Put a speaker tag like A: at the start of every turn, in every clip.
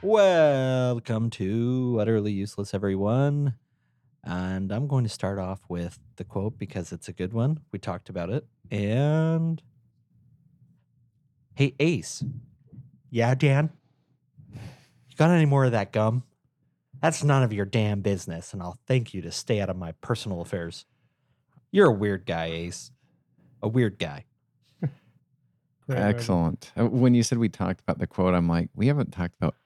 A: Welcome to Utterly Useless, everyone. And I'm going to start off with the quote because it's a good one. We talked about it. And hey, Ace. Yeah, Dan. You got any more of that gum? That's none of your damn business, and I'll thank you to stay out of my personal affairs. You're a weird guy, Ace. A weird guy.
B: Great movie.
C: Excellent. Uh, When you said we talked about the quote, I'm like, we haven't talked about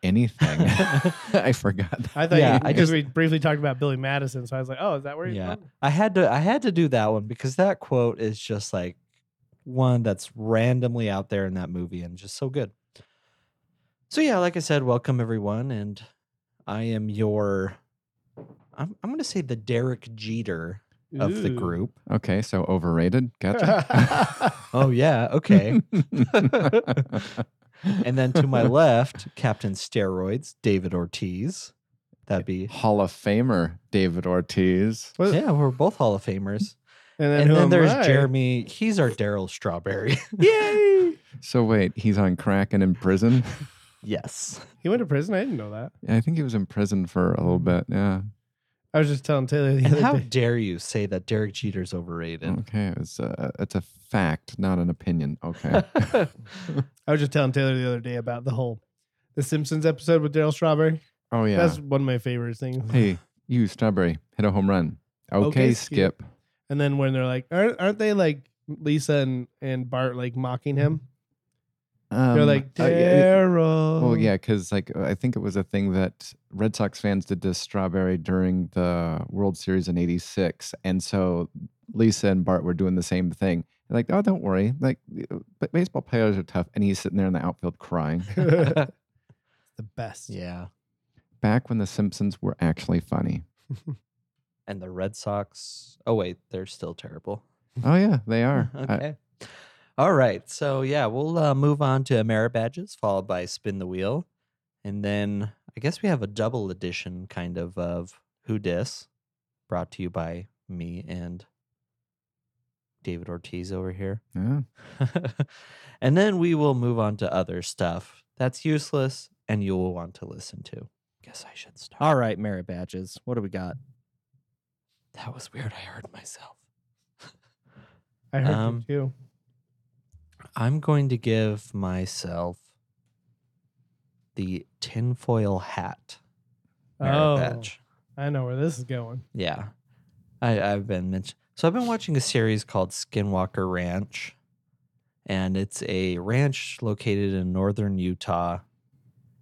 C: anything. I forgot. that.
B: I thought
A: Yeah,
B: you,
A: I
B: because
A: just-
B: we briefly talked about Billy Madison, so I was like, oh, is that where?
A: Yeah.
B: Yeah.
A: I had to I had to do that one because that quote is just like one that's randomly out there in that movie and just so good. So yeah, like I said, welcome everyone and I am your I'm I'm going to say the Derek Jeter of the group.
C: Okay, so overrated. Gotcha.
B: Gotcha.
A: Oh yeah, okay. and then to my left, Captain Steroids, David Ortiz. That'd be
C: Hall of Famer David Ortiz.
A: Yeah, we're both Hall of Famers.
B: And then,
A: And
B: who
A: then
B: am
A: there's
B: I?
A: Jeremy. He's our Daryl Strawberry.
C: Yay! So wait, he's on crack and in prison.
A: yes.
B: He went to prison. I didn't know that.
C: I think he was in prison for a little bit. Yeah.
B: I was just telling Taylor the
A: And
B: other
A: how
B: day.
A: dare you say that Derek Jeter's overrated?
C: Okay, it's a it's a fact, not an opinion. Okay.
B: I was just telling Taylor the other day about the whole the Simpsons episode with Daryl Strawberry.
C: Oh yeah.
B: That's one of my favorite things.
C: hey, you strawberry, hit a home run. Okay,
B: Okay, Skip.
C: Skip.
B: And then when they're like, aren't, aren't they like Lisa and, and Bart like mocking him?
C: Um,
B: they're like
A: oh,
C: uh, yeah,
B: Daryl.
A: Uh-huh.
C: Well, yeah, because like I think it was a thing that Red Sox fans did to Strawberry during the World Series in '86, and so Lisa and Bart were doing the same thing. They're like, oh, don't worry, like, uh, but baseball players are tough, and he's sitting there in the outfield crying.
B: the best.
A: yeah.
C: Back when the Simpsons were actually funny.
A: And the Red Sox. Oh wait, they're still terrible.
C: Oh yeah, they are. I-
A: okay. All right. So yeah, we'll uh, move on to Ameri badges, followed by spin the wheel, and then I guess we have a double edition kind of of who dis, brought to you by me and David Ortiz over here.
C: yeah.
A: and then we will move on to other stuff that's useless and you will want to listen to. Guess I should start.
D: All right, merit badges. What do we got?
A: That was weird. I heard myself.
B: I heard
A: Um,
B: you too.
A: I'm going to give myself the tinfoil hat merit
B: Oh,
A: badge.
B: I know where this is going.
A: Yeah. I, I've been mentioned. So I've been watching a series called Skinwalker Ranch. And it's a ranch located in northern Utah.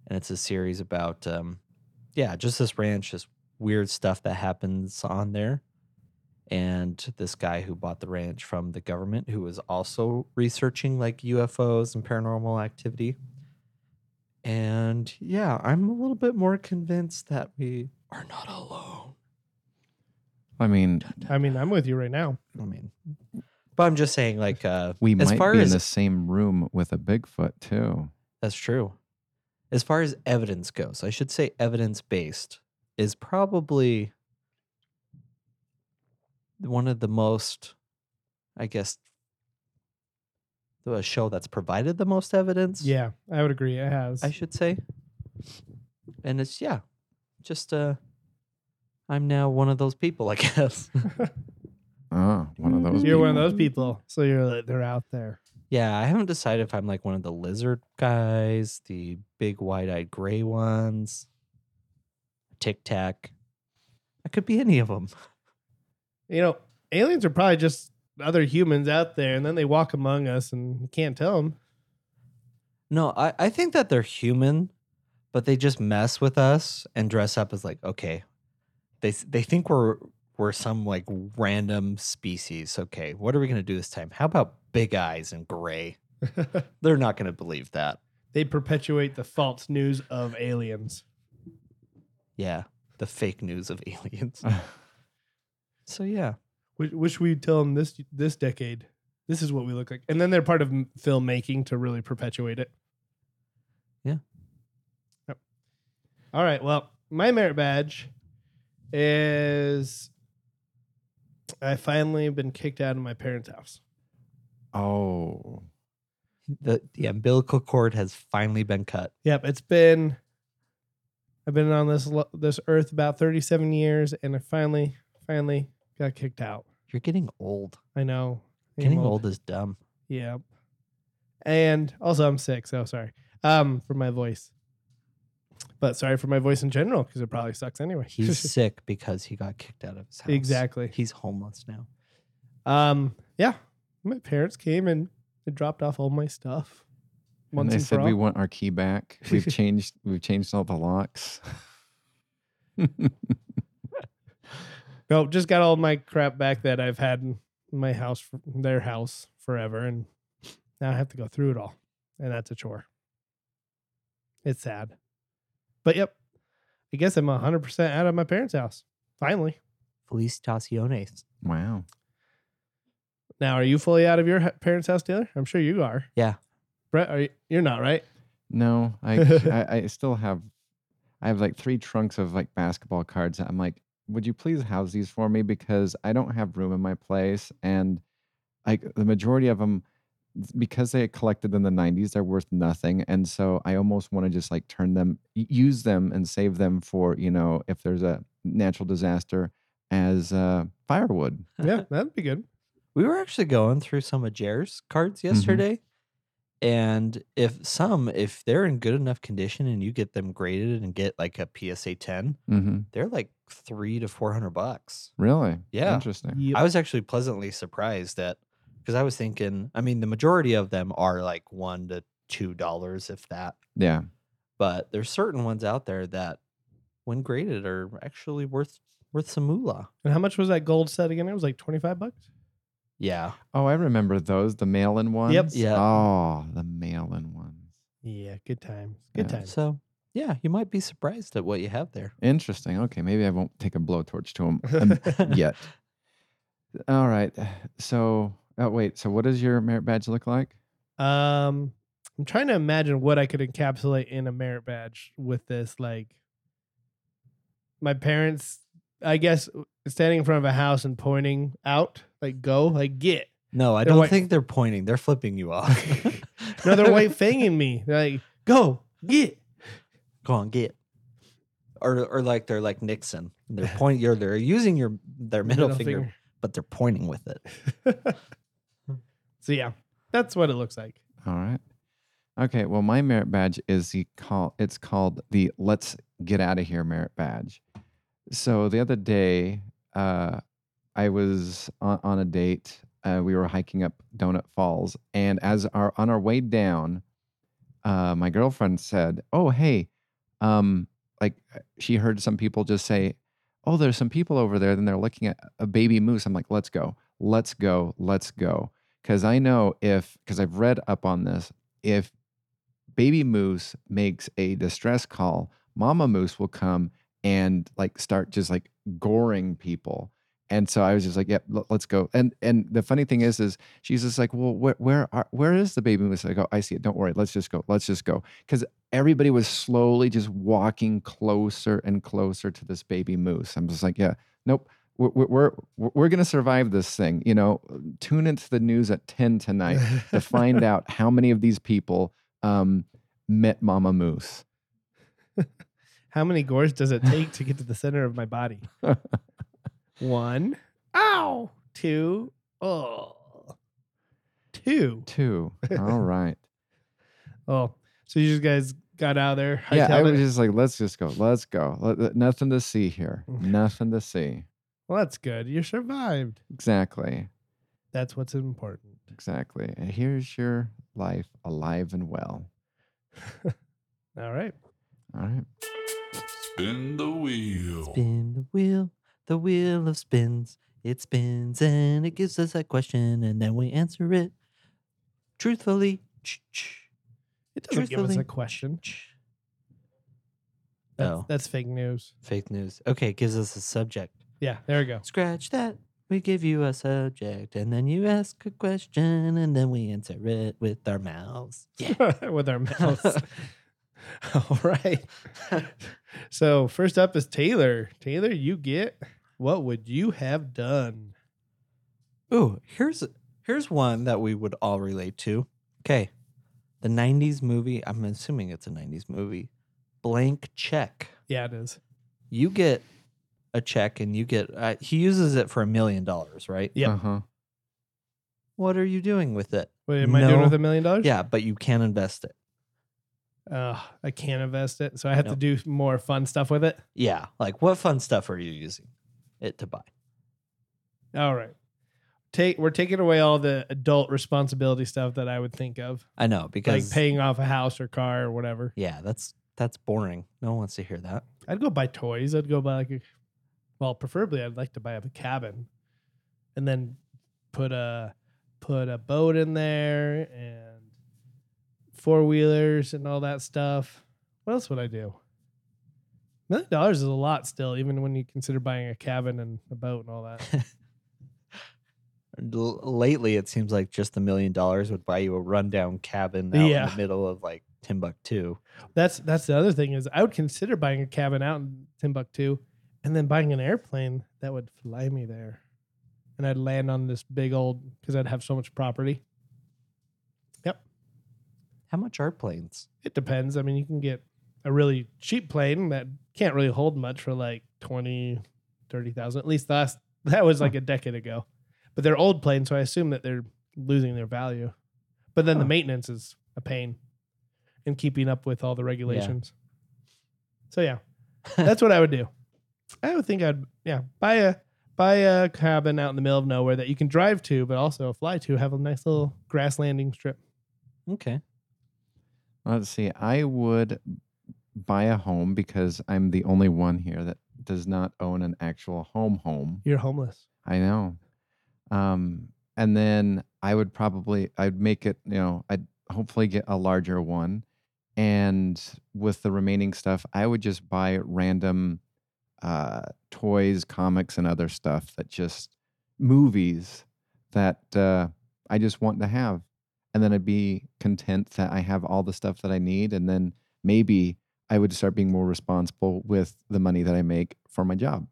A: And it's a series about, um, yeah, just this ranch, just weird stuff that happens on there. And this guy who bought the ranch from the government, who was also researching like UFOs and paranormal activity. And yeah, I'm a little bit more convinced that we are not alone.
C: I mean,
B: I mean, I'm with you right now.
A: I mean, but I'm just saying, like, uh,
C: we
A: as
C: might
A: far
C: be
A: as
C: in the same room with a Bigfoot too.
A: that's true, as far as evidence goes, I should say evidence based is probably one of the most, I guess, the show that's provided the most evidence.
B: Yeah, I would agree. It has.
A: I should say. And it's yeah, just uh, I'm now one of those people, I guess.
C: Oh, one of those.
A: Mm-hmm.
B: you're one of those
C: people.
B: people. So you're like, they're out there.
A: Yeah, I haven't decided if I'm like one of the lizard guys, the big wide eyed gray ones, tic tac. I could be any of them.
B: You know, aliens are probably just other humans out there, and then they walk among us, and you can't tell them.
A: No, I, I think that they're human, but they just mess with us and dress up as like, okay, they, s- they think we're, we're some like random species. Okay, what are we going to do this time? How about big eyes and gray? They're not going to believe that.
B: They perpetuate the false news of aliens.
A: Yeah, the fake news of aliens. so, yeah.
B: Wish, wish we'd tell them this this decade. This is what we look like, and then they're part of m- filmmaking to really perpetuate it.
A: Yeah.
B: Yep. All right. Well, my merit badge is I finally been kicked out of my parents' house.
C: Oh,
A: the the umbilical cord has finally been cut.
B: Yep, it's been I've been on this lo- this earth about 37 years, and I finally, finally got kicked out.
A: You're getting old.
B: I know. I am
A: Getting old is dumb.
B: Yep. And also, I'm sick, so sorry um, for my voice. But sorry for my voice in general because it probably sucks anyway.
A: He's sick because he got kicked out of his house.
B: exactly.
A: He's homeless now.
B: Um, yeah, my parents came and they dropped off all my stuff.
C: And
B: Once
C: they
B: and for
C: said
B: all.
C: we want our key back. We've changed. We've changed all the locks.
B: No, Oh, just got all my crap back that I've had in my house, f- their house forever, and now I have to go through it all, and that's a chore. It's sad, but yep, I guess I'm hundred percent out of my parents' house finally.
A: Felicitaciones.
C: wow.
B: Now, are you fully out of your ha- parents' house, Taylor? I'm sure you are.
A: Yeah.
B: Brett, are you? You're not right.
C: No, I, I I still have. I have like three trunks of like basketball cards. I'm like, would you please house these for me because I don't have room in my place, and like the majority of them, because they collected in the '90s, they're worth nothing, and so I almost want to just like turn them, y- use them, and save them for you know if there's a natural disaster as uh, firewood.
B: Yeah, that'd be good.
A: We were actually going through some of Jer's cards yesterday. And if some, if they're in good enough condition and you get them graded and get like a PSA 10,
C: Mm-hmm.
A: they're like three to 400 bucks.
C: Really?
A: Yeah.
C: Interesting.
A: I was actually pleasantly surprised that because I was thinking, I mean, the majority of them are like one to two dollars, if that.
C: Yeah.
A: But there's certain ones out there that, when graded, are actually worth worth some moolah.
B: And how much was that gold set again? It was like 25 bucks.
A: Yeah,
C: Oh, I remember those, the mail-in ones.
A: Yeah.
C: Oh, the mail-in ones.
B: Yeah, good times. Good
C: Yeah.
B: times.
A: So, yeah, you might be surprised at what you have there.
C: Interesting. Okay, maybe I won't take a blowtorch to them yet. All right. So, oh wait. So, what does your merit badge look like?
B: Um, I'm trying to imagine what I could encapsulate in a merit badge with this. Like, my parents, I guess, standing in front of a house and pointing out, like, go, like, get.
A: No, I
B: They're
A: don't
B: white-
A: think they're pointing. They're flipping you off.
B: No, they're white fanging me. They're like, go, get.
A: Go on, get. Or, or like they're like Nixon. They're pointing. You're they're using your their middle, finger, but they're pointing with it.
B: finger. so, yeah, that's what it looks like.
C: All right. Okay. Well, my merit badge is the call. It's called the "Let's Get Out of Here" merit badge. So the other day, uh, I was on, on a date. Uh, we were hiking up Donut Falls, and as our on our way down, uh, my girlfriend said, "Oh, hey," um, like uh, she heard some people just say, "Oh, there's some people over there." Then they're looking at a baby moose. I'm like, "Let's go, let's go, let's go." because I know if because I've read up on this, if baby moose makes a distress call, mama moose will come and like start just like goring people. And so I was just like, "Yep, l- let's go." And and the funny thing is, is she's just like, "Well, where where are where is the baby moose?" I go, "I see it. Don't worry. Let's just go. Let's just go." Because everybody was slowly just walking closer and closer to this baby moose. I'm just like, "Yeah, nope. We're we're we're, we're gonna survive this thing. You know, tune into the news at ten tonight to find out how many of these people um, met Mama Moose.
B: How many gores does it take to get to the center of my body? One. Ow. Two. Oh. Two.
C: Two. All right.
B: Oh. So you just guys got out of there.
C: yeah, I
B: hightailed
C: was
B: it?
C: just like, let's just go. Let's go. Let- let- nothing to see here.
B: Mm.
C: Nothing to see.
B: well, that's good. You survived.
C: Exactly.
B: That's what's important.
C: Exactly. And here's your life alive and well.
B: All right.
C: All right.
E: Spin the wheel.
A: Spin the wheel, the wheel of spins. It spins and it gives us a question, and then we answer it truthfully. Ch- ch-
B: It doesn't give us a
A: Truthfully.
B: question.
A: ch.
B: That's,
A: Oh.
B: that's fake news.
A: Fake news. Okay, it gives us a subject.
B: Yeah, there we go.
A: Scratch that. We give you a subject, and then you ask a question, and then we answer it with our mouths. Yeah.
B: With our mouths. All right. so first up is Taylor. Taylor, you get what would you have done?
A: Ooh, here's here's one that we would all relate to. Okay. The 90s movie, I'm assuming it's a 90s movie. blank check.
B: Yeah, it is.
A: You get a check and you get, uh, he uses it for a million dollars, right?
B: Yep.
C: Uh-huh.
A: What are you doing with it?
B: Wait, am I doing it
A: No.
B: with a million dollars?
A: Yeah, but you can invest it.
B: Uh, I can't invest it, so I have
A: Nope.
B: to do more fun stuff with it.
A: Yeah. Like, what fun stuff are you using it to buy?
B: All right. Take we're taking away all the adult responsibility stuff that I would think of,
A: I know because
B: like paying off a house or car or whatever.
A: Yeah, that's that's boring. No one wants to hear that.
B: I'd go buy toys. I'd go buy like a, well, preferably I'd like to buy up a cabin, and then put a put a boat in there and four wheelers and all that stuff. What else would I do? Million dollars is a lot still, even when you consider buying a cabin and a boat and all that.
A: L- lately, it seems like just a million dollars would buy you a rundown cabin out in
B: Yeah.
A: the middle of like Timbuktu.
B: That's that's the other thing is I would consider buying a cabin out in Timbuktu, and then buying an airplane that would fly me there, and I'd land on this big old because I'd have so much property.
A: How much are planes?
B: It depends. I mean, you can get a really cheap plane that can't really hold much for like 20, 30,000. At least last that was like a decade ago, but they're old planes, so I assume that they're losing their value. But then the
A: Huh.
B: maintenance is a pain, and keeping up with all the regulations. So yeah, that's what I would do. I would think I'd yeah buy a buy a cabin out in the middle of nowhere that you can drive to, but also fly to. Have a nice little grass landing strip.
A: Okay.
C: Let's see. I would buy a home because I'm the only one here that does not own an actual home home.
B: You're homeless.
C: I know. Um, and then I would probably I'd make it, you know, I'd hopefully get a larger one. And with the remaining stuff, I would just buy random uh toys, comics, and other stuff that just movies that uh I just want to have. And then I'd be content that I have all the stuff that I need. And then maybe I would start being more responsible with the money that I make for my job.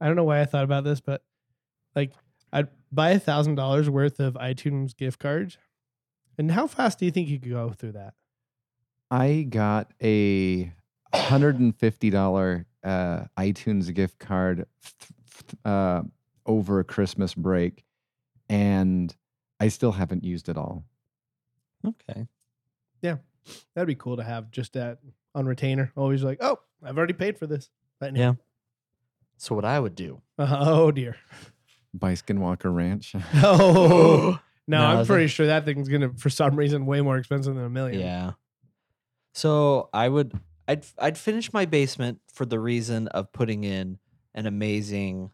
B: I don't know why I thought about this, but like I'd buy a thousand dollars worth of iTunes gift cards. And how fast do you think you could go through that?
C: I got a hundred and fifty dollar uh, iTunes gift card th- th- uh, over Christmas break, and I still haven't used it all.
A: Okay.
B: That'd be cool to have just that on retainer. Always like, oh, I've already paid for this. Right now.
A: So what I would do?
B: oh dear.
C: By Skinwalker Ranch.
B: Oh no,
A: No,
B: I'm
A: that-
B: pretty sure that thing's gonna for some reason way more expensive than a million.
A: yeah. So I would. I'd I'd finish my basement for the reason of putting in an amazing,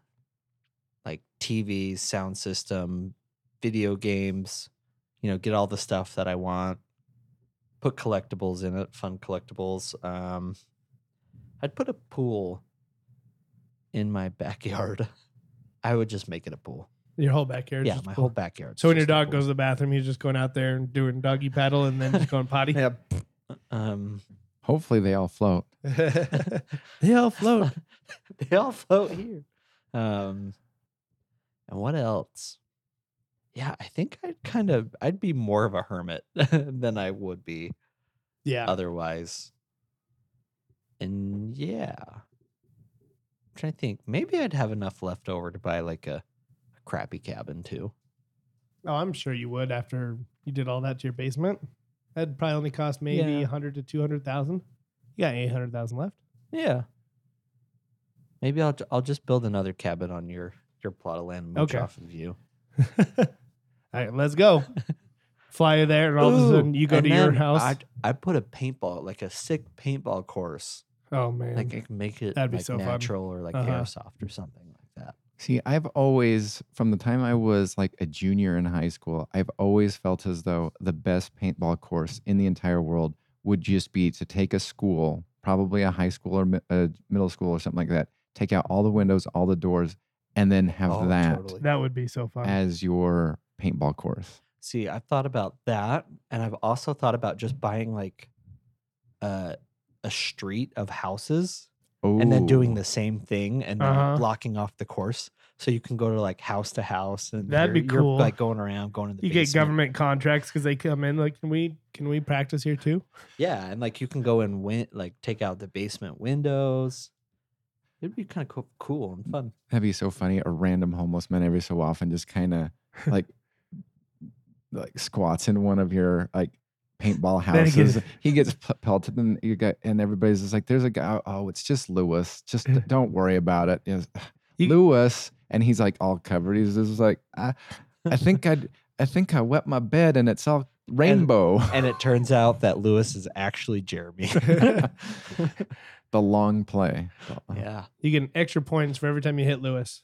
A: like TV sound system, video games. You know, get all the stuff that I want. Put collectibles in it, fun collectibles. Um, I'd put a pool in my backyard. I would just make it a pool.
B: Your whole backyard.
A: yeah, my whole backyard.
B: So when your dog goes to the bathroom, he's just going out there and doing doggy paddle and then just going potty.
A: yeah, um,
C: Hopefully, they all float.
B: they all float.
A: they all float here. Um, and what else? Yeah, I think I'd kind of I'd be more of a hermit than I would be
B: Yeah.
A: otherwise. And yeah, I'm trying to think. Maybe I'd have enough left over to buy like a, a crappy cabin too.
B: Oh, I'm sure you would after you did all that to your basement. That'd probably only cost maybe
A: Yeah.
B: a hundred to two hundred thousand. You got eight hundred thousand left.
A: Yeah. Maybe I'll I'll just build another cabin on your your plot of land and mooch
B: Okay.
A: off of you.
B: all right, let's go. Fly you there, and all of a
A: Ooh,
B: sudden you go
A: and
B: to your
A: then
B: house.
A: I I put a paintball, like a sick paintball course.
B: oh man,
A: Like I can make it
B: That'd be
A: like
B: so fun.
A: natural or like
B: Uh-huh.
A: airsoft or something like that.
C: See, I've always, from the time I was like a junior in high school, I've always felt as though the best paintball course in the entire world would just be to take a school, probably a high school or mi- a middle school or something like that, take out all the windows, all the doors, and then have
A: Oh,
C: that
A: totally.
B: that would be so fun.
C: as your paintball course.
A: See, I've thought about that, and I've also thought about just buying like a a street of houses
C: Oh,
A: and then doing the same thing and then
B: Uh-huh.
A: blocking off the course So you can go to like house to house and
B: That'd
A: you're-
B: be
A: you're,
B: cool.
A: like going around, going to the
B: You get
A: basement.
B: government contracts because they come in. Like, can we can we practice here too?
A: Yeah, and like you can go and win, like take out the basement windows. It'd be kind of co- cool and fun.
C: That'd be so funny. A random homeless man every so often just kind of like like squats in one of your like paintball
B: Then he gets-
C: houses. He gets p- pelted, and you got and everybody's just like, "There's a guy. Oh, it's just Lewis. Just don't worry about it." Yes,
B: You-
C: Lewis, and he's like all covered. He's just like, "I, I think I, I think I wet my bed, and it's all rainbow."
A: And it turns out that Lewis is actually Jeremy.
C: the long play.
A: yeah.
B: You get an extra points for every time you hit Lewis.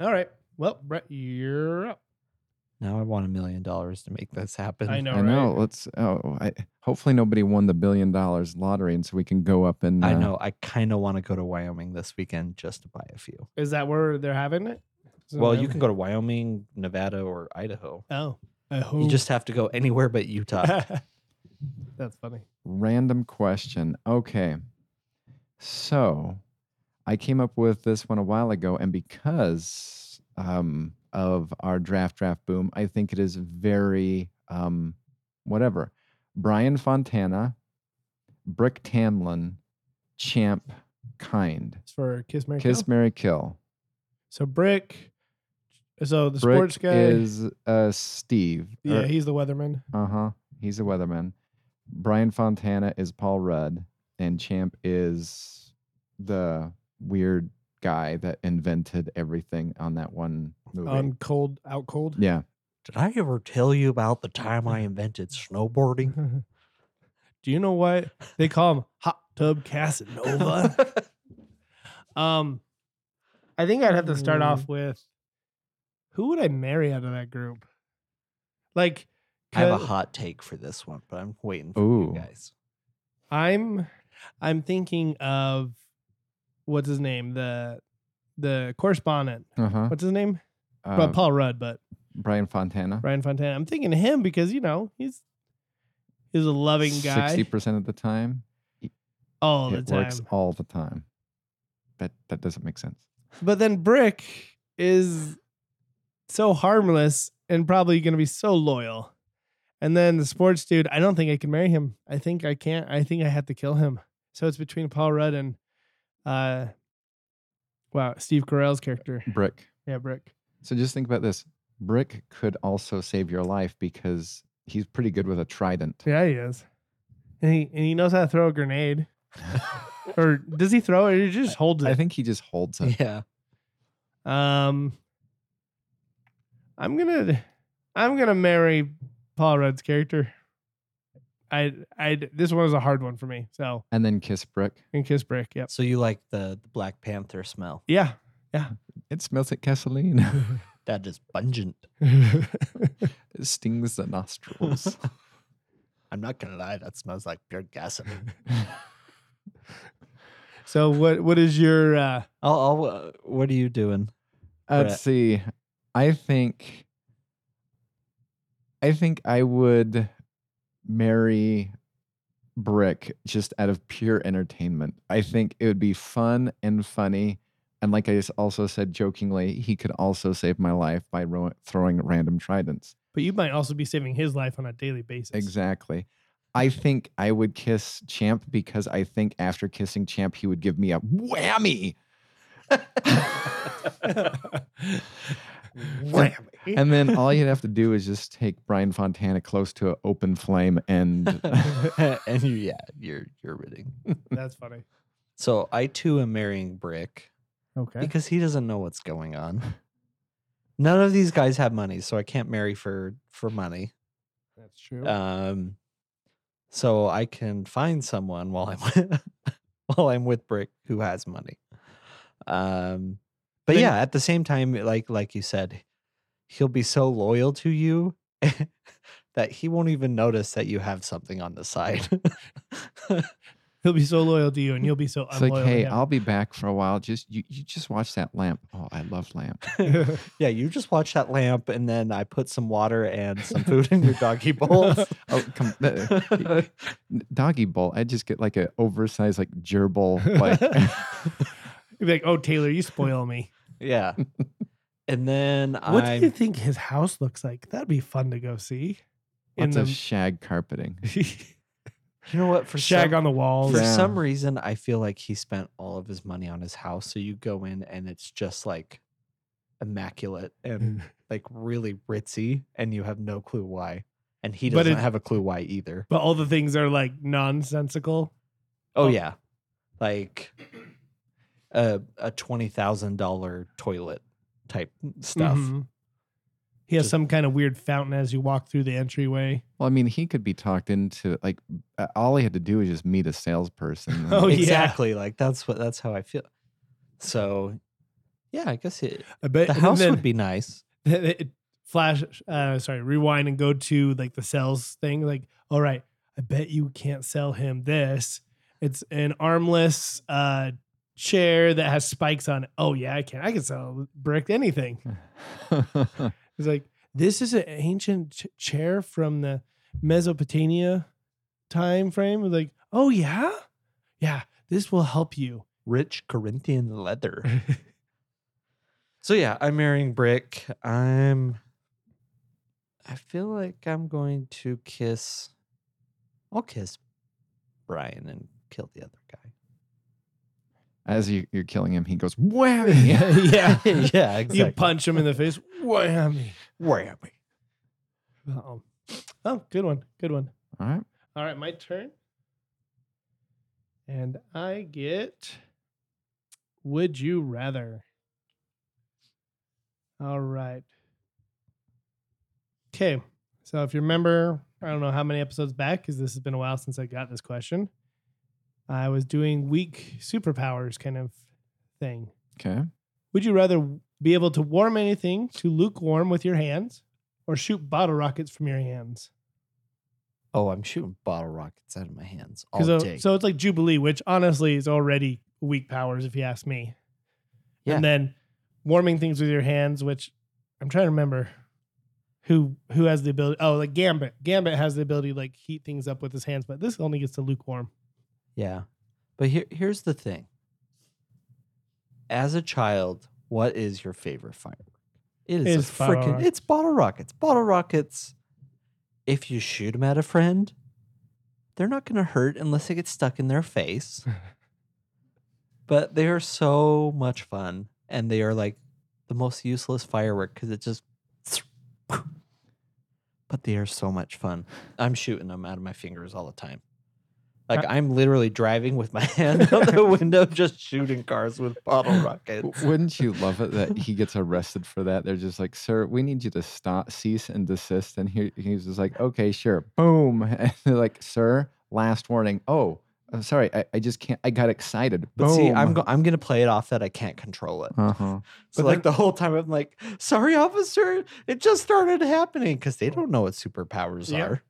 B: All right. Well, Brett, you're up.
A: Now I want a million dollars to make this happen.
B: I know.
C: Uh, I know. Let's. Oh, I, hopefully nobody won the billion dollars lottery, and so we can go up and.
A: I
C: uh,
A: know. I kind of want to go to Wyoming this weekend just to buy a few.
B: Is that where they're having it? Is it
A: Well, you
B: Wyoming?
A: can go to Wyoming, Nevada, or Idaho.
B: Oh, I hope.
A: You just have to go anywhere but Utah.
B: That's funny.
C: Random question. Okay, so I came up with this one a while ago, and because um, of our draft draft boom, I think it is very um, whatever. Brian Fontana, Brick Tamlin, Champ Kind,
B: It's for Kiss Mary
C: Kiss
B: Kill.
C: Mary Kill.
B: So Brick. So the
C: Brick
B: sports guy.
C: is uh, Steve. or-
B: yeah, he's the weatherman.
C: Uh huh. He's a weatherman. Brian Fontana is Paul Rudd, and Champ is the weird guy that invented everything on that one movie.
B: On cold, out cold.
C: yeah.
A: Did I ever tell you about the time I invented snowboarding?
B: Do you know what they call him? Hot tub Casanova. um, I think I'd have to start off with who would I marry out of that group? Like,
A: I have a
B: ca-
A: hot take for this one, but I'm waiting for
C: Ooh.
A: you guys.
B: I'm, I'm thinking of what's his name the, the correspondent.
C: Uh-huh.
B: What's his name?
C: Uh
B: well, Paul Rudd, but
C: Brian Fontana.
B: Brian Fontana. I'm thinking of him because you know he's he's a loving guy
C: Sixty percent of the time,
B: all the
C: it
B: time.
C: works all the time. That that doesn't make sense.
B: But then Brick is so harmless and probably going to be so loyal. And then the sports dude, I don't think I can marry him. I think I can't. I think I have to kill him. So it's between Paul Rudd and, uh, wow, Steve Carell's character.
C: Brick.
B: Yeah, Brick.
C: So just think about this. Brick could also save your life because he's pretty good with a trident.
B: Yeah, he is. And he, and he knows how to throw a grenade. or does he throw it? Or he just holds it.
C: I think he just holds it.
A: Yeah.
B: Um, I'm gonna, I'm gonna marry Paul Rudd's character. I, I, this one was a hard one for me. So,
C: And then kiss Brick.
B: and kiss break. Yep.
A: So you like the, the Black Panther smell?
B: Yeah.
C: It smells like gasoline.
A: That is pungent.
C: It stings the nostrils.
A: I'm not gonna lie, that smells like pure gasoline.
B: So what, what is your? uh
A: I'll, I'll, uh, what are you doing? Brett.
C: Let's see. I think I think I would marry Brick just out of pure entertainment. I think it would be fun and funny. And like I s- also said jokingly, he could also save my life by ro- throwing random tridents.
B: But you might also be saving his life on a daily basis.
C: Exactly. I think I would kiss Champ because I think after kissing Champ, he would give me a whammy.
B: Whammy.
C: And then all you'd have to do is just take Brian Fontana close to an open flame and
A: and you, yeah, you're you're ridding.
B: That's funny.
A: So I too am marrying Brick
B: Okay.
A: because he doesn't know what's going on. None of these guys have money, so I can't marry for for money.
B: That's true.
C: Uh,
A: Um, so I can find someone while I'm while I'm with Brick who has money. Um, but
B: Then-
A: yeah, at the same time, like like you said, he'll be so loyal to you that he won't even notice that you have something on the side.
B: He'll be so loyal to you, and you'll be so
C: it's
B: unloyal.
C: like, hey,
B: to him.
C: I'll be back for a while. Just you, you just watch that lamp. Oh, I love lamp.
A: yeah, you just watch that lamp, and then I put some water and some food in your doggy bowl.
C: Oh, come, uh, doggy bowl. I just get like an oversized like gerbil. Like
B: You'd be like, oh Taylor, you spoil me.
A: Yeah. and then
B: What
A: I
B: do you think his house looks like? That'd be fun to go see. In
C: Lots
B: the
C: of shag carpeting.
A: you know what for
B: shag
A: some,
B: on the walls.
A: for
C: Yeah.
A: some reason I feel like he spent all of his money on his house. So you go in and it's just like immaculate
B: Mm.
A: and like really ritzy, and you have no clue why. And he
B: But
A: doesn't
B: it-
A: have a clue why either.
B: But all the things are like nonsensical.
A: Oh
B: Oh.
A: yeah, like a a twenty thousand dollar toilet type stuff.
B: Mhm. He has
A: Just-
B: some kind of weird fountain as you walk through the entryway.
C: Well, I mean, he could be talked into like uh, all he had to do is just meet a salesperson. and
B: Oh, yeah.
A: exactly. Like that's what that's how I feel. So, yeah, I guess it,
B: I bet
A: the house would be nice.
B: flash. Uh, sorry, rewind and go to like the sales thing. Like, all right, I bet you can't sell him this. It's an armless uh, chair that has spikes on it. Oh yeah, I can. I can sell brick anything. He's like, this is an ancient ch- chair from the Mesopotamia time frame. We're like, oh yeah, yeah, this will help you.
A: Rich Corinthian leather. so yeah, I'm marrying Brick. I'm. I feel like I'm going to kiss. I'll kiss Brian and kill the other guy.
C: As you, you're killing him, he goes whammy.
A: yeah, yeah, exactly.
B: You punch him in the face, whammy.
A: Whammy.
B: Uh-oh. Oh, good one, good one.
C: all right,
B: All right, my turn. And I get Would You Rather? All right. Okay. So if you remember, I don't know how many episodes back, because this has been a while since I got this question. I was doing weak superpowers kind of thing.
C: okay.
B: Would you rather be able to warm anything to lukewarm with your hands or shoot bottle rockets from your hands?
A: Oh, I'm shooting bottle rockets out of my hands all
B: 'Cause so,
A: day.
B: so it's like Jubilee, which honestly is already weak powers, if you ask me.
A: Yeah.
B: And then warming things with your hands, which I'm trying to remember who who has the ability. Oh, like Gambit. Gambit has the ability to like heat things up with his hands, but this only gets to lukewarm.
A: Yeah. But here, here's the thing. As a child, what is your favorite firework? It is
B: It's
A: a
B: bottle
A: freaking
B: rockets.
A: it's bottle rockets. Bottle rockets. If you shoot them at a friend, they're not going to hurt unless they get stuck in their face. but they are so much fun and they are like the most useless firework cuz it just but they are so much fun. I'm shooting them out of my fingers all the time. Like I'm literally driving with my hand out the window, just shooting cars with bottle
C: W-
A: rockets.
C: Wouldn't you love it that he gets arrested for that? They're just like, sir, we need you to stop, cease and desist. And he, he's just like, okay, sure, boom. And they're like, sir, last warning. Oh, I'm sorry, I, I just can't. I got excited.
A: But see, I'm
C: Boom.
A: go- I'm gonna play it off that I can't control it.
C: uh-huh.
A: So like the whole time I'm like, sorry, officer, it just started happening because they don't know what superpowers
B: Yeah.
A: are.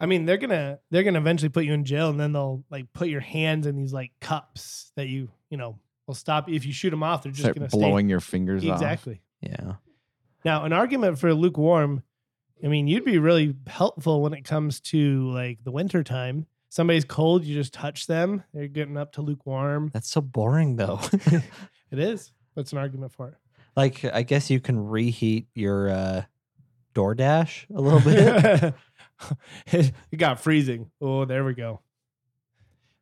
B: I mean, they're gonna they're gonna eventually put you in jail, and then they'll like put your hands in these like cups that you you know will stop if you shoot them off. They're just
C: Start
B: gonna
C: blowing your fingers
B: Stay.
C: off.
B: Exactly.
A: Yeah.
B: Now, an argument for lukewarm, I mean, you'd be really helpful when it comes to like the winter time. Somebody's cold, you just touch them, they're getting up to lukewarm.
A: That's so boring though.
B: It is. That's an argument for it.
A: like I guess you can reheat your uh DoorDash a little bit.
B: it got freezing. Oh, there we go.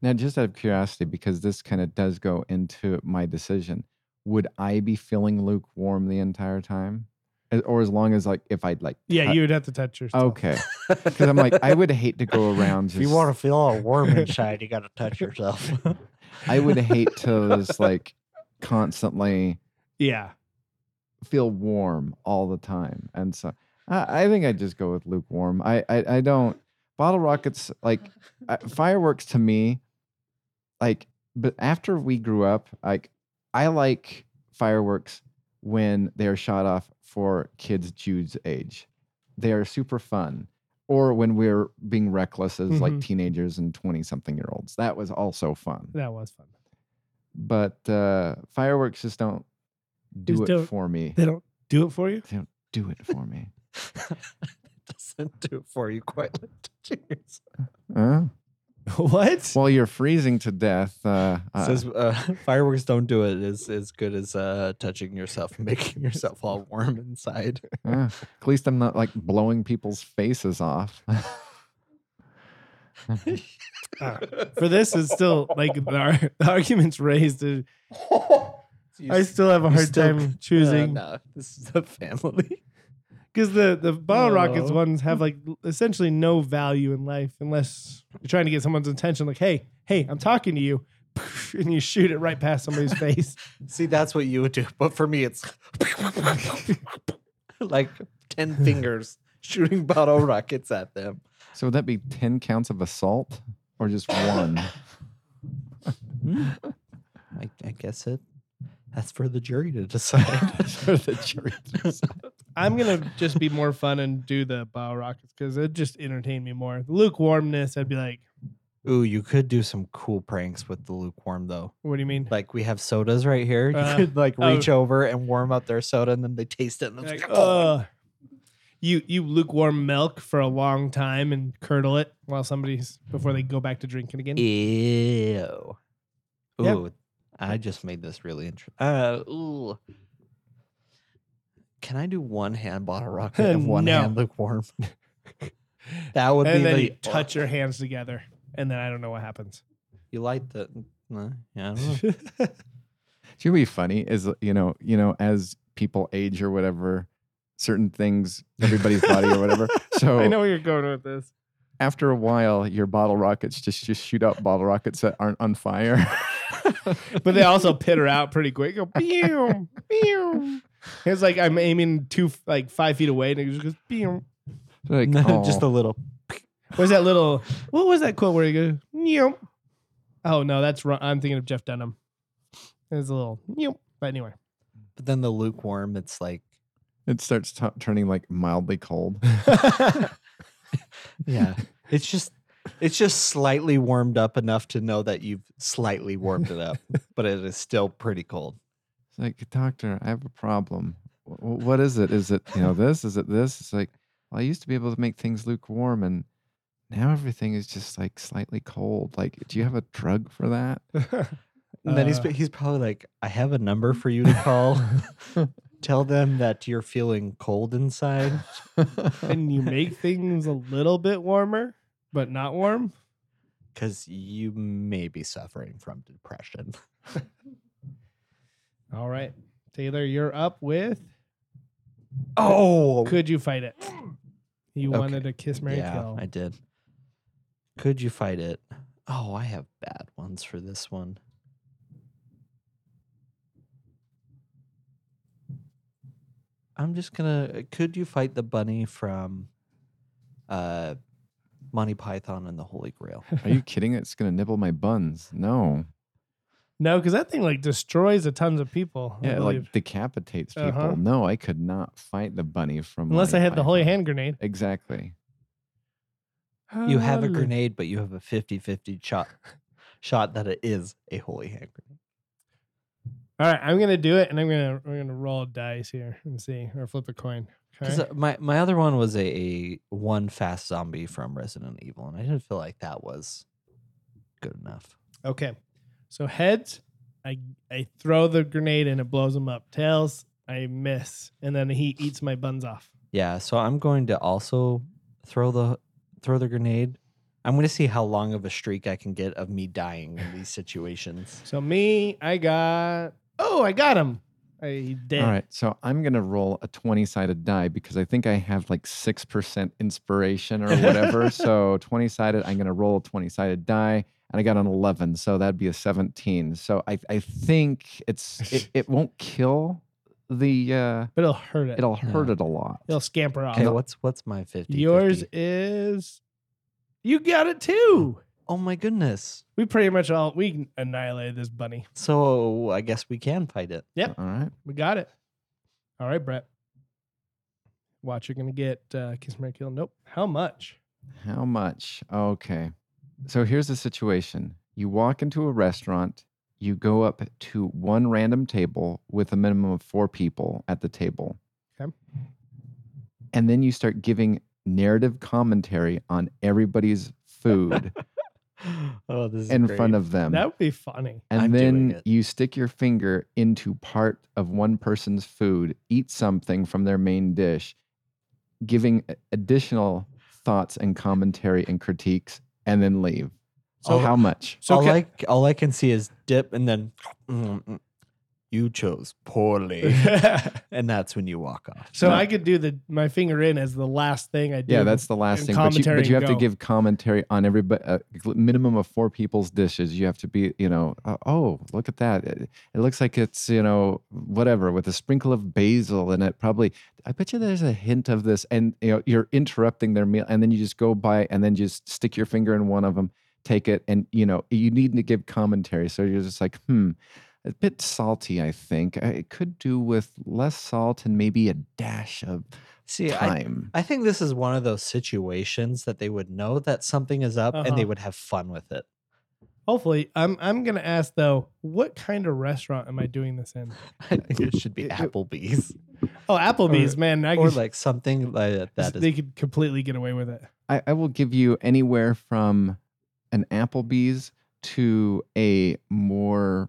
C: Now, just out of curiosity, because this kind of does go into my decision, would I be feeling lukewarm the entire time, As- or as long as like if I'd like?
B: Yeah,
A: Uh,
C: tou-
B: you would have to touch yourself.
C: Okay, because I'm like I would hate to go around. Just,
A: if you want to feel all warm inside, you got to touch yourself.
C: I would hate to just like constantly
B: Yeah.
C: feel warm all the time, and so I, I think I just go with lukewarm. I I, I don't bottle rockets like I, fireworks to me, like. But after we grew up, like I like fireworks when they are shot off for kids Jude's age. They are super fun. Or when we're being reckless as like
B: Mhm.
C: teenagers and twenty something year olds. That was also fun.
B: That was fun.
C: but uh, fireworks just don't do
B: Just
C: it
B: don't-
C: for me.
B: They don't do it for you?
C: They don't do it for me.
A: doesn't do it for you quite like touching yourself.
C: Huh?
B: what?
C: Well, you're freezing to death. Uh, uh,
A: Says uh, fireworks don't do it as as good as uh, touching yourself and making yourself all warm inside.
C: uh, at least I'm not like blowing people's faces off.
B: For this, it's still like the, ar- the arguments raised. is- I still have a
A: You
B: hard
A: still-
B: time choosing
A: no, this is a family.
B: because the the bottle rockets
A: No.
B: ones have like l- essentially no value in life unless you're trying to get someone's attention. Like, hey, hey, I'm talking to you, and you shoot it right past somebody's face.
A: See, that's what you would do, but for me, it's like ten fingers shooting bottle rockets at them.
C: so would that be ten counts of assault or just one?
A: I, I guess it. That's for the jury to decide.
C: for the jury to decide.
B: I'm gonna just be more fun and do the bottle rockets because it just entertained me more. The lukewarmness, I'd be like,
A: Ooh, you could do some cool pranks with the lukewarm though.
B: what do you mean?
A: Like we have sodas right here. You
B: Uh,
A: could like
B: oh.
A: reach over and warm up their soda, and then they taste it. And they're
B: Like,
A: like, oh.
B: uh, you you lukewarm milk for a long time and curdle it while somebody's before they go back to drinking again.
A: "Oh." Ew. Ooh,
B: Yep.
A: I just made this really interesting. Uh, ooh. Can I do one hand bottle rocket and one
B: No.
A: hand lukewarm? that would be
B: and then
A: the
B: you touch your hands together, and then I don't know what happens.
A: You light the. no, yeah, I don't know.
C: Do you know what'd be funny is you know you know as people age or whatever, certain things everybody's body or whatever.
A: Oh.
C: So
B: I know where you're going with this.
C: after a while, your bottle rockets just just shoot out bottle rockets that aren't on fire.
B: But they also pitter out pretty quick. Go pew pew. It's like I'm aiming two like five feet away, and it just goes pew.
C: like, "Oh."
A: No,
C: "Aw."
A: just a little.
B: What's that little? What was that quote where he goes? Meow. Oh no, that's wrong. I'm thinking of Jeff Dunham. It's a little. Meow. But anyway,
A: But then the lukewarm, it's like.
C: it starts t- turning like mildly cold.
A: Yeah. it's just. It's just slightly warmed up enough to know that you've slightly warmed it up, but it is still pretty cold.
C: It's like, doctor, I have a problem. "Wh- wh- What is it? Is it you know this? Is it this? It's like, well, I used to be able to make things lukewarm, and now everything is just like slightly cold. Like, do you have a drug for that?
A: And then he's
B: Uh,
A: he's probably like, I have a number for you to call. Tell them that you're feeling cold inside.
B: and you make things a little bit warmer, but not warm.
A: because you may be suffering from depression.
B: All right, Taylor, you're up with.
A: Oh,
B: Could you fight it? You
A: Okay.
B: wanted to kiss Mary
A: yeah,
B: Kill.
A: I did. Could you fight it? Oh, I have bad ones for this one. I'm just gonna. Could you fight the bunny from, uh, Monty Python and the Holy Grail?
C: Are you kidding? It's gonna nibble my buns. No,
B: No, because that thing like destroys a tons of people. I
C: yeah, it,
B: believe.
C: like decapitates people.
B: Uh-huh.
C: No, I could not fight the bunny from
B: unless I
C: Monty
B: had the holy
C: Python.
B: hand grenade.
C: Exactly.
A: You have a
B: Holy-
A: grenade, but you have a 50 50 shot, shot that it is a holy hand grenade.
B: All right, I'm gonna do it, and I'm gonna we're gonna roll dice here and see, or flip a coin. Okay?
A: Because uh, my, my other one was a, a one fast zombie from Resident Evil, and I didn't feel like that was good enough.
B: Okay. So heads, I I throw the grenade and it blows him up. Tails, I miss, and then he eats my buns off.
A: Yeah, so I'm going to also throw the throw the grenade. I'm going to see how long of a streak I can get of me dying in these situations.
B: So me, I got. Oh, I got him. I he dead.
C: All right, so I'm gonna roll a twenty-sided die because I think I have like six percent inspiration or whatever. so twenty-sided, I'm gonna roll a twenty-sided die, and I got an eleven, so that'd be a seventeen. So I, I think it's it, it won't kill the uh,
B: But it'll hurt it.
C: it'll hurt
A: Yeah.
C: it a lot.
B: It'll scamper off.
A: Okay, what's what's my 50?
B: Yours is. You got it too.
A: Oh my goodness.
B: We pretty much all we annihilated this bunny.
A: So I guess we can fight it.
B: Yep.
C: All right.
B: We got it. All right, Brett. Watch, you're gonna get uh, kiss, Mary, kill. Nope. How much?
C: How much? Okay. So here's the situation you walk into a restaurant, you go up to one random table with a minimum of four people at the table.
B: Okay.
C: And then you start giving narrative commentary on everybody's food
A: Oh, this is
C: in
A: great.
C: front of them.
B: That would be funny.
C: And
A: I'm doing
C: then
A: it.
C: you stick your finger into part of one person's food, eat something from their main dish, giving a- additional thoughts and commentary and critiques, and then leave. So,
A: So-
C: how much?
B: So
A: all
B: ca-
A: I all I can see is dip and then mm, mm. you chose poorly. and that's when you walk off.
B: so
C: No.
B: I could do the my finger in as the last thing I do.
C: Yeah, that's the last
B: and
C: thing. But you,
B: commentary
C: but you
B: and
C: have to
B: go.
C: give commentary on every a minimum of four people's dishes. You have to be, you know, uh, oh, look at that. It, it looks like it's, you know, whatever with a sprinkle of basil in it. Probably, I bet you there's a hint of this. And, you know, you're interrupting their meal. And then you just go by and then just stick your finger in one of them, take it. And, you know, you need to give commentary. So you're just like, hmm. A bit salty, I think. Uh, It could do with less salt and maybe a dash of
A: See, I,
C: thyme.
A: I think this is one of those situations that they would know that something is up and
B: Uh-huh.
A: they would have fun with it.
B: Hopefully, I'm I'm gonna ask though, what kind of restaurant am I doing this in?
A: I think it should be
C: It- it-
A: Applebee's
B: Oh, Applebee's, man. I
A: or
B: could,
A: like something like that
B: they
A: is
B: could completely get away with it.
C: I, I will give you anywhere from an Applebee's to a more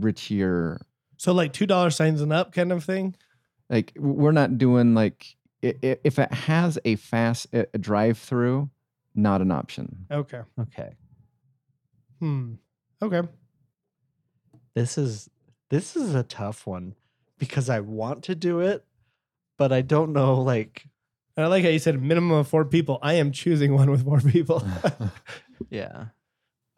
C: richier,
B: So like two dollar signs and up kind of thing.
C: like w- we're not doing like i- i- if it has a fast a drive through, not an option.
B: Okay.
A: okay.
B: Hmm. Okay.
A: This is this is a tough one because I want to do it, but I don't know like
B: And I like how you said minimum of four people. I am choosing one with more people.
A: yeah.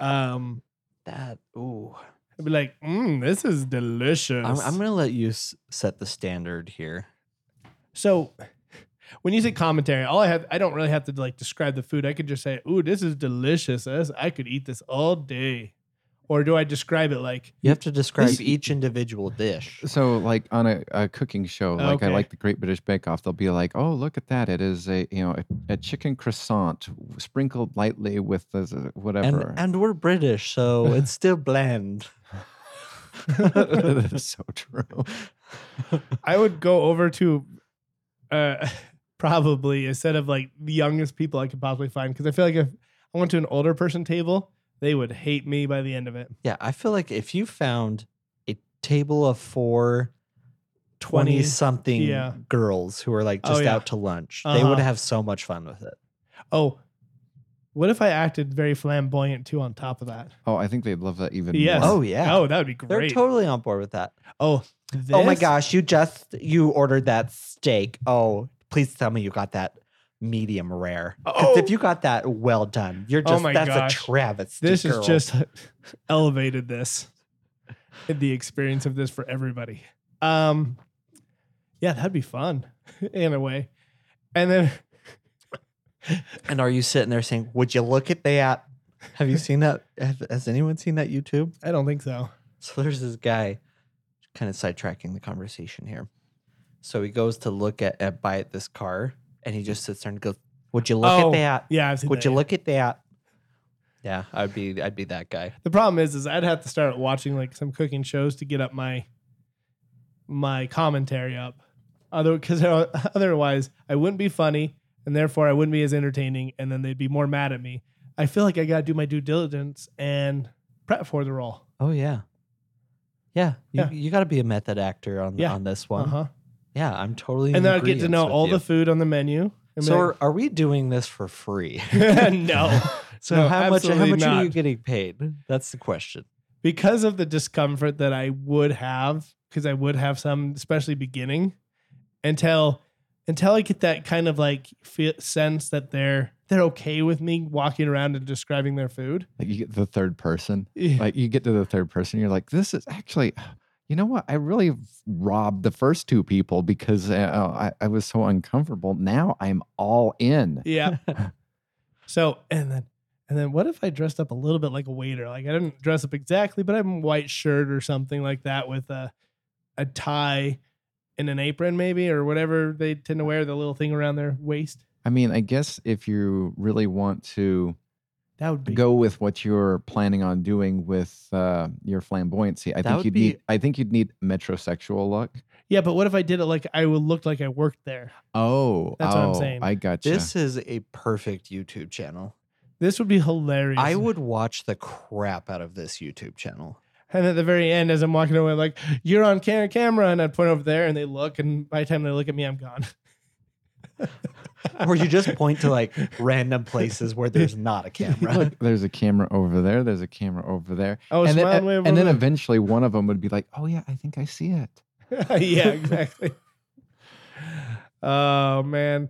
B: um,
A: That ooh.
B: I'd be like, mm, this is delicious.
A: I'm, I'm gonna let you s- set the standard here.
B: so when you say commentary, all I have, I don't really have to like describe the food. I could just say, "Ooh, this is delicious. This, I could eat this all day." Or do I describe it like,
A: You have to describe
C: This-
A: each individual dish.
C: So, like on a, a cooking show, like I
B: Okay.
C: like the Great British Bake Off, they'll be like, "Oh, look at that! It is a you know a, a chicken croissant sprinkled lightly with the, the-
A: And
C: whatever."
A: and we're British, so it's still bland.
C: that is so true.
B: I would go over to, uh, probably instead of like the youngest people I could possibly find because I feel like if I went to an older person table, they would hate me by the end of it.
A: Yeah, I feel like if you found a table of four 20
B: 20,
A: something
B: yeah.
A: girls who are like
B: Oh,
A: just
B: yeah.
A: out to lunch, they would
B: Uh-huh.
A: have so much fun with it.
B: Oh, what if I acted very flamboyant too? On top of that,
C: Oh, I think they'd love that even
B: Yes.
C: more.
A: Oh, yeah.
B: oh, that would be
A: They're
B: great.
A: totally on board with that.
B: oh,
A: Oh my
B: this-
A: gosh, you just you ordered that steak. Oh, please tell me you got that medium rare. 'Cause
B: Oh.
A: if you got that well done, you're
B: Oh
A: just
B: my
A: that's
B: gosh.
A: a travesty.
B: This
A: girl.
B: has just elevated this, the experience of this for everybody. Um, yeah, that'd be fun in a way. And then
A: And are you sitting there saying, "Would you look at that?" Have you seen that? Have, has anyone seen that YouTube?
B: I don't think so.
A: So there's this guy, kind of sidetracking the conversation here. So he goes to look at, at buy at this car, and he just sits there and goes, "Would you look
B: Oh,
A: at that?
B: Yeah, I've seen
A: Would
B: that,
A: you
B: yeah.
A: look at that?" Yeah, I'd be I'd be that guy.
B: The problem is, is I'd have to start watching like some cooking shows to get up my my commentary up. Other because otherwise I wouldn't be funny, and therefore I wouldn't be as entertaining, and then they'd be more mad at me. I feel like I got to do my due diligence and prep for the role.
A: Oh yeah, yeah. You,
B: Yeah.
A: you got to be a method actor on
B: Yeah.
A: on this
B: Uh
A: one.
B: huh.
A: Yeah, I'm totally. in
B: and then I get to
A: agreeance
B: know
A: with
B: all
A: you.
B: the food on the menu. And be
A: So are, are we doing this for free?
B: like, no,
A: So
B: No,
A: how much how
B: absolutely
A: much are you
B: not.
A: getting paid? That's the question.
B: because of the discomfort that I would have, because I would have some, especially beginning, until until I get that kind of like feel, sense that they're they're okay with me walking around and describing their food.
C: Like you get the third person. Like you get to the third person, you're like, this is actually, you know what? I really robbed the first two people because uh, I, I was so uncomfortable. Now I'm all in.
B: Yeah. so and then and then what if I dressed up a little bit like a waiter? Like I didn't dress up exactly, but I'm in a white shirt or something like that with a a tie and an apron maybe or whatever they tend to wear, the little thing around their waist.
C: I mean, I guess if you really want to
B: That would be
C: go with what you're planning on doing with uh, your flamboyancy, I
A: That
C: think
A: would
C: you'd
A: be-
C: need. I think you'd need metrosexual look.
B: Yeah, but what if I did it like I would look like I worked there?
C: Oh,
B: That's what I'm
C: oh,
B: saying.
C: I gotcha.
A: This is a perfect YouTube channel.
B: This would be hilarious.
A: I would watch the crap out of this YouTube channel.
B: And at the very end, as I'm walking away, I'm like, you're on ca- camera. And I'd point over there and they look. And by the time they look at me, I'm gone.
A: Or you just point to like random places where there's not a camera.
C: Look, there's a camera over there. There's a camera over there.
B: I was
C: and then,
B: smiling way over
C: and then
B: there.
C: eventually one of them would be like, "Oh yeah, I think I see it."
B: yeah, exactly. oh man,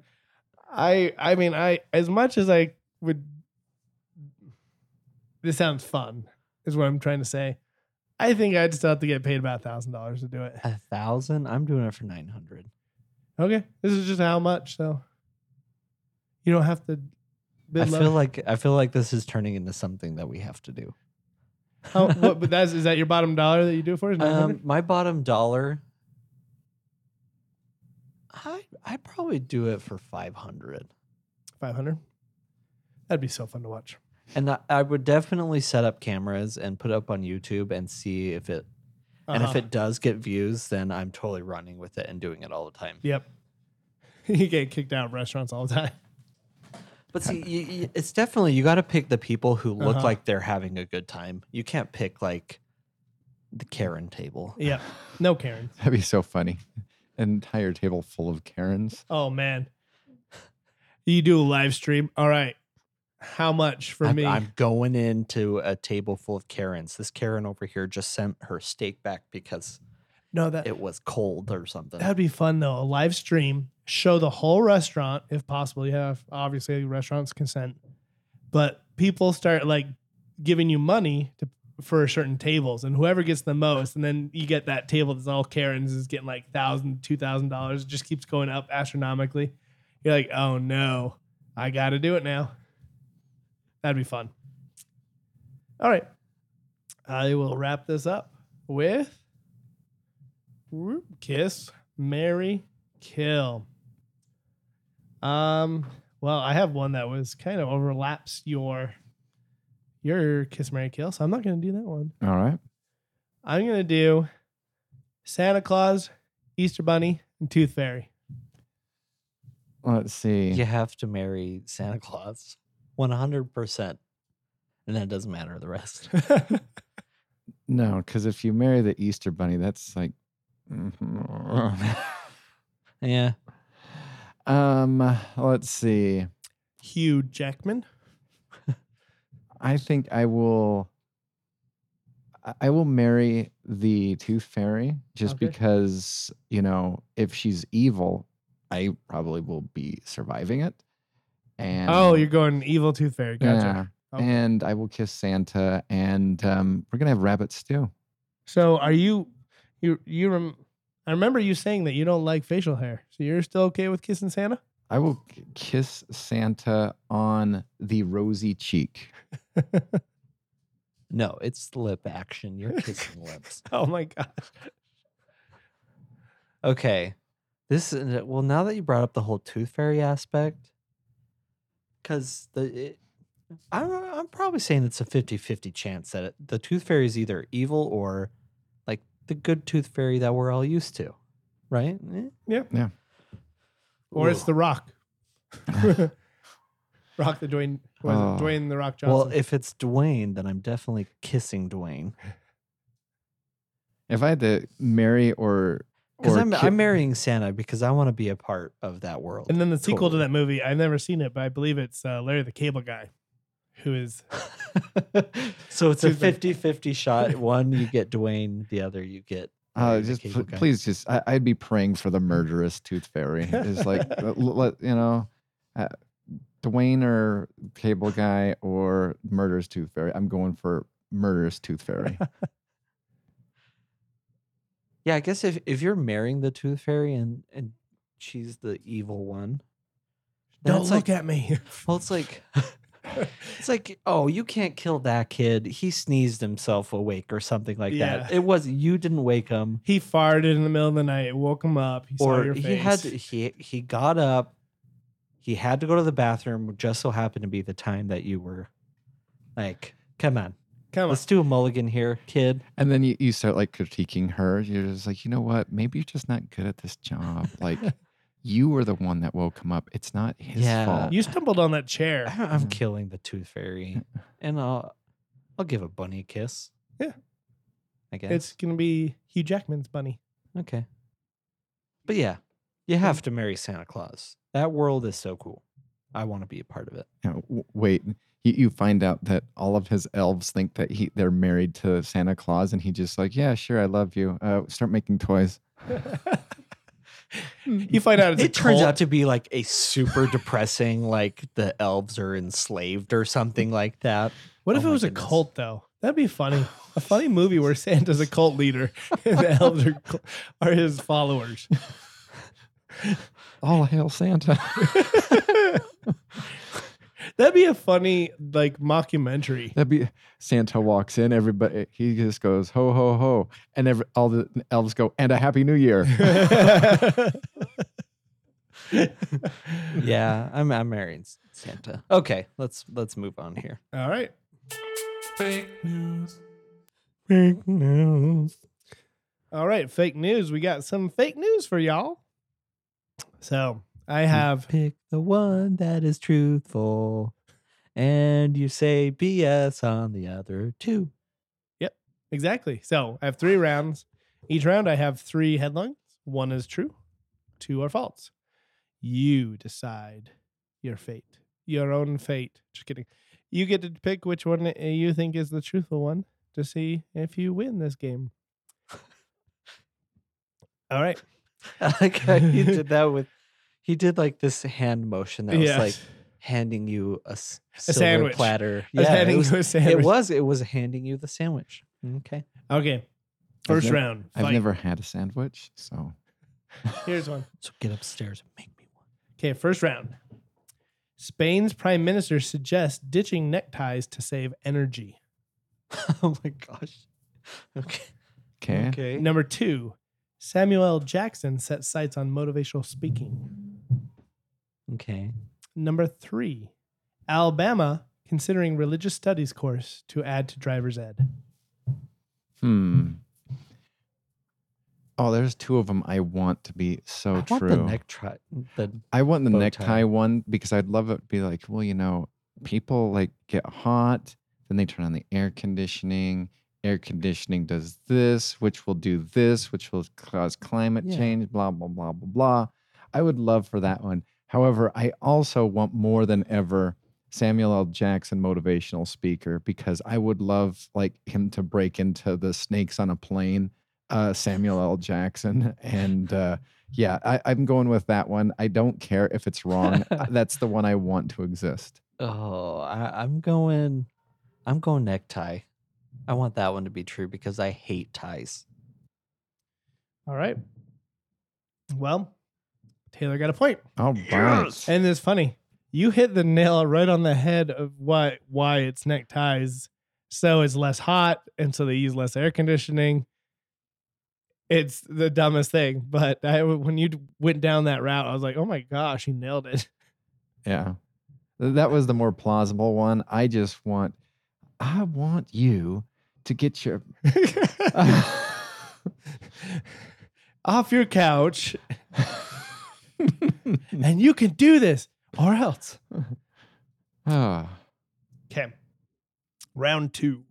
B: I I mean I as much as I would. This sounds fun, is what I'm trying to say. I think I'd still have to get paid about thousand dollars to do it.
A: a thousand? I'm doing it for nine hundred.
B: Okay, this is just how much though. You don't have to.
A: I
B: bid low.
A: feel like I feel like this is turning into something that we have to do.
B: How, what, but that's is that your bottom dollar that you do it for? Is
A: Um,
B: 900?
A: my bottom dollar. I I'd probably do it for five hundred,
B: 500? That'd be so fun to watch.
A: and I, I would definitely set up cameras and put it up on YouTube and see if it. And if
B: Uh-huh.
A: it does get views, then I'm totally running with it and doing it all the time.
B: yep, you get kicked out of restaurants all the time.
A: But see, you, you- it's definitely you got to pick the people who look
B: Uh-huh.
A: like they're having a good time. You can't pick like the Karen table.
B: Yep, no Karen.
C: That'd be so funny. An entire table full of Karens.
B: Oh man. You do a live stream. All right. How much for
A: I'm,
B: me?
A: I'm going into a table full of Karens. This Karen over here just sent her steak back because
B: no, that
A: it was cold or something.
B: that'd be fun though. A live stream, show the whole restaurant if possible. You have obviously restaurants consent, but people start like giving you money to for certain tables and whoever gets the most and then you get that table that's all Karen's is getting like thousand, two thousand dollars. It just keeps going up astronomically. You're like, oh no, I gotta do it now. That'd be fun. All right. I will wrap this up with whoop, Kiss, Mary, Kill. Um, well, I have one that was kind of overlaps your your Kiss Mary Kill, so I'm not gonna do that one.
C: All right.
B: I'm gonna do Santa Claus, Easter Bunny, and Tooth Fairy.
C: Let's see.
A: you have to marry Santa Claus 100%. And that doesn't matter the rest.
C: No, because if you marry the Easter Bunny, that's like. mm-hmm.
A: yeah.
C: um. Let's see.
B: Hugh Jackman.
C: I think I will. I- I will marry the Tooth Fairy just
B: Okay.
C: because you know if she's evil, I probably will be surviving it. And
B: Oh, you're going evil Tooth Fairy. Gotcha.
C: yeah,
B: Okay.
C: And I will kiss Santa, and um, we're gonna have rabbit stew.
B: So are you you you rem- I remember you saying that you don't like facial hair. So you're still okay with kissing Santa?
C: I will k- kiss Santa on the rosy cheek.
A: No, it's lip action. You're kissing lips.
B: Oh my gosh.
A: Okay. This is uh, well now that you brought up the whole tooth fairy aspect cuz the it, I don't know, I'm probably saying it's a 50/50 chance that it, the tooth fairy is either evil or like the good tooth fairy that we're all used to, right? Eh?
B: Yeah.
C: Yeah.
B: Or it's
A: Ooh.
B: the Rock. rock the Dwayne was
C: Oh.
B: it Dwayne the Rock Johnson.
A: Well, if it's Dwayne, then I'm definitely kissing Dwayne
C: If I had to marry or
A: cuz
C: or
A: I'm
C: ki-
A: I'm marrying Santa because I want to be a part of that world.
B: and then the sequel to
A: Totally.
B: that movie, I've never seen it, but I believe it's uh, Larry the Cable Guy, who is
A: so it's a
B: Tooth fairy.
A: 50-50 shot. One you get Dwayne, the other you get
C: Uh,
A: Larry the
C: just pl-
A: Cable Guy.
C: please, just I, I'd be praying for the
A: Mm.
C: murderous Tooth Fairy. It's like uh, l- let- you know, uh, Dwayne or Cable Guy or murderous Tooth Fairy. I'm going for murderous Tooth Fairy.
A: Yeah, I guess if, if you're marrying the tooth fairy and, and she's the evil one, then
B: Don't
A: it's like,
B: look at me.
A: well, it's like, it's like, oh, you can't kill that kid. He sneezed himself awake or something like that.
B: Yeah.
A: It was you didn't wake him,
B: he farted in the middle of the night, it woke him up, he saw
A: or
B: your face.
A: he had to- he he got up, he had to go to the bathroom. Just so happened to be the time that you were, like, come on,
B: Come on.
A: let's do a mulligan here, kid.
C: and then you, you start like critiquing her. You're just like, you know what? Maybe you're just not good at this job. Like, You were the one that woke him up. It's not his
A: Yeah.
C: fault.
B: You stumbled on that chair.
A: I- I'm
C: Mhm.
A: killing the tooth fairy, and I'll I'll give a bunny a kiss.
B: Yeah.
A: I guess
B: It's gonna be Hugh Jackman's bunny.
A: okay. But yeah, you have to marry Santa Claus. That world is so cool. I want to be a part of it.
C: Now, w- wait, you, you find out that all of his elves think that he they're married to Santa Claus, and he just like, yeah, sure, I love you. Uh, start making toys.
B: you find out it's a
A: Hmm. it turns
B: cult.
A: out to be like a super depressing, like the elves are enslaved or something like that.
B: What if
A: Oh
B: it
A: my
B: was
A: goodness.
B: a cult though? That'd be funny. A funny movie where Santa's a cult leader and the elves are, cl- are his followers.
C: All "Oh, hail Santa.
B: That'd be a funny like mockumentary.
C: That'd be Santa walks in, everybody he just goes ho ho ho, and every, all the elves go and a happy new year.
A: Yeah, I'm I'm marrying S- Santa. Okay, let's let's move on here.
B: All right.
E: Fake news.
A: Fake news.
B: All right, fake news. We got some fake news for y'all. So, I have
A: Pick the one that is truthful, and you say BS on the other two.
B: Exactly. So I have three rounds. Each round, I have three headlines. One is true, two are false. You decide your fate, your own fate. Just kidding. You get to pick which one uh, you think is the truthful one to see if you win this game. All right.
A: I like how you did that with. He did like this hand motion that was like handing you a, s- silver
B: sandwich.
A: platter.
B: I was
A: Yeah,
B: handing
A: it was,
B: you a
A: it
B: sandwich.
A: was. It was handing you the sandwich. Okay.
B: Okay. First
C: never-
B: round.
C: I've
B: fight.
C: never had a sandwich, so
B: Here's one.
A: So get upstairs and make me one.
B: Okay, first round. Spain's prime minister suggests ditching neckties to save energy.
A: oh my gosh. Okay.
C: okay.
B: Number two, Samuel L. Jackson set sights on motivational speaking.
A: Okay.
B: Number three, Alabama considering religious studies course to add to driver's ed.
C: Hmm. Oh, there's two of them I want to be so
A: I
C: true.
A: want the neck try the
C: I want the
A: bow tie.
C: necktie one because I'd love it to be like, well, you know, people like get hot, then they turn on the air conditioning. Air conditioning does this, which will do this, which will cause climate
A: Yeah.
C: change, blah, blah, blah, blah, blah. I would love for that one. However, I also want more than ever Samuel L. Jackson motivational speaker because I would love like him to break into the snakes on a plane, uh, Samuel L. Jackson. And uh, yeah, I, I'm going with that one. I don't care if it's wrong. Uh, That's the one I want to exist.
A: Oh, I, I'm going I'm going necktie. I want that one to be true because I hate ties.
B: All right. Well, Taylor got a point.
C: All right.
E: Yes.
B: And it's funny. You hit the nail right on the head of why why it's neckties. So it's less hot, and so they use less air conditioning. It's the dumbest thing, but I, when you d- went down that route, I was like, "Oh my gosh, you nailed it!"
C: Yeah. Th- That was the more plausible one. I just want, I want you to get your.
B: Off your couch, and you can do this, or else.
C: Ah.
B: Okay. Round two.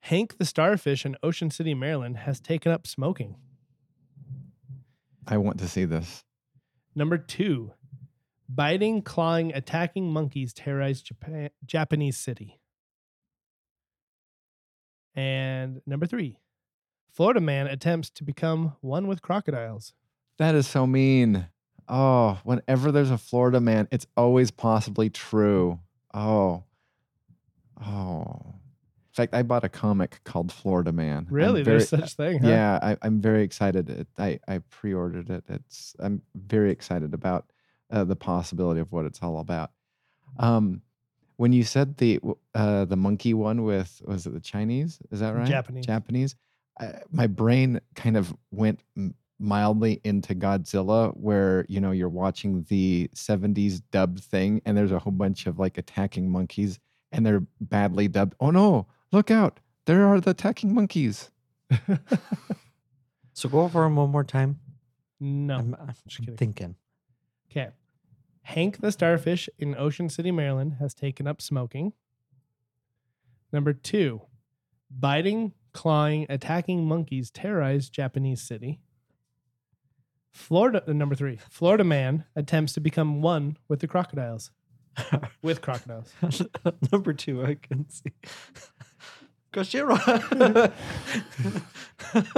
B: Hank the starfish in Ocean City, Maryland, has taken up smoking.
C: I want to see this.
B: Number two, biting, clawing, attacking monkeys terrorize Japan- Japanese city. And number three, Florida man attempts to become one with crocodiles.
C: That is so mean. Oh, whenever there's a Florida man, it's always possibly true. Oh. Oh. In fact, I bought a comic called Florida Man. I'm
B: Really,
C: very-
B: there's such thing. Huh?
C: Yeah, I, I'm very excited. It, I I pre-ordered it. It's I'm very excited about uh, the possibility of what it's all about. Um, when you said the w- uh, the monkey one with was it the Chinese? Is that right?
B: Japanese.
C: Japanese. I, my brain kind of went m- mildly into Godzilla, where you know you're watching the '70s dub thing, and there's a whole bunch of like attacking monkeys, and they're badly dubbed. Oh no! Look out! There are the attacking monkeys.
A: So go over them one more time.
B: No.
A: I'm, I'm
B: Just kidding.
A: thinking.
B: Okay. Hank the starfish in Ocean City, Maryland has taken up smoking. Number two, biting, clawing, attacking monkeys terrorize Japanese city. Florida, uh, number three, Florida man attempts to become one with the crocodiles. with crocodiles.
A: Number two, I can see. Koshiro.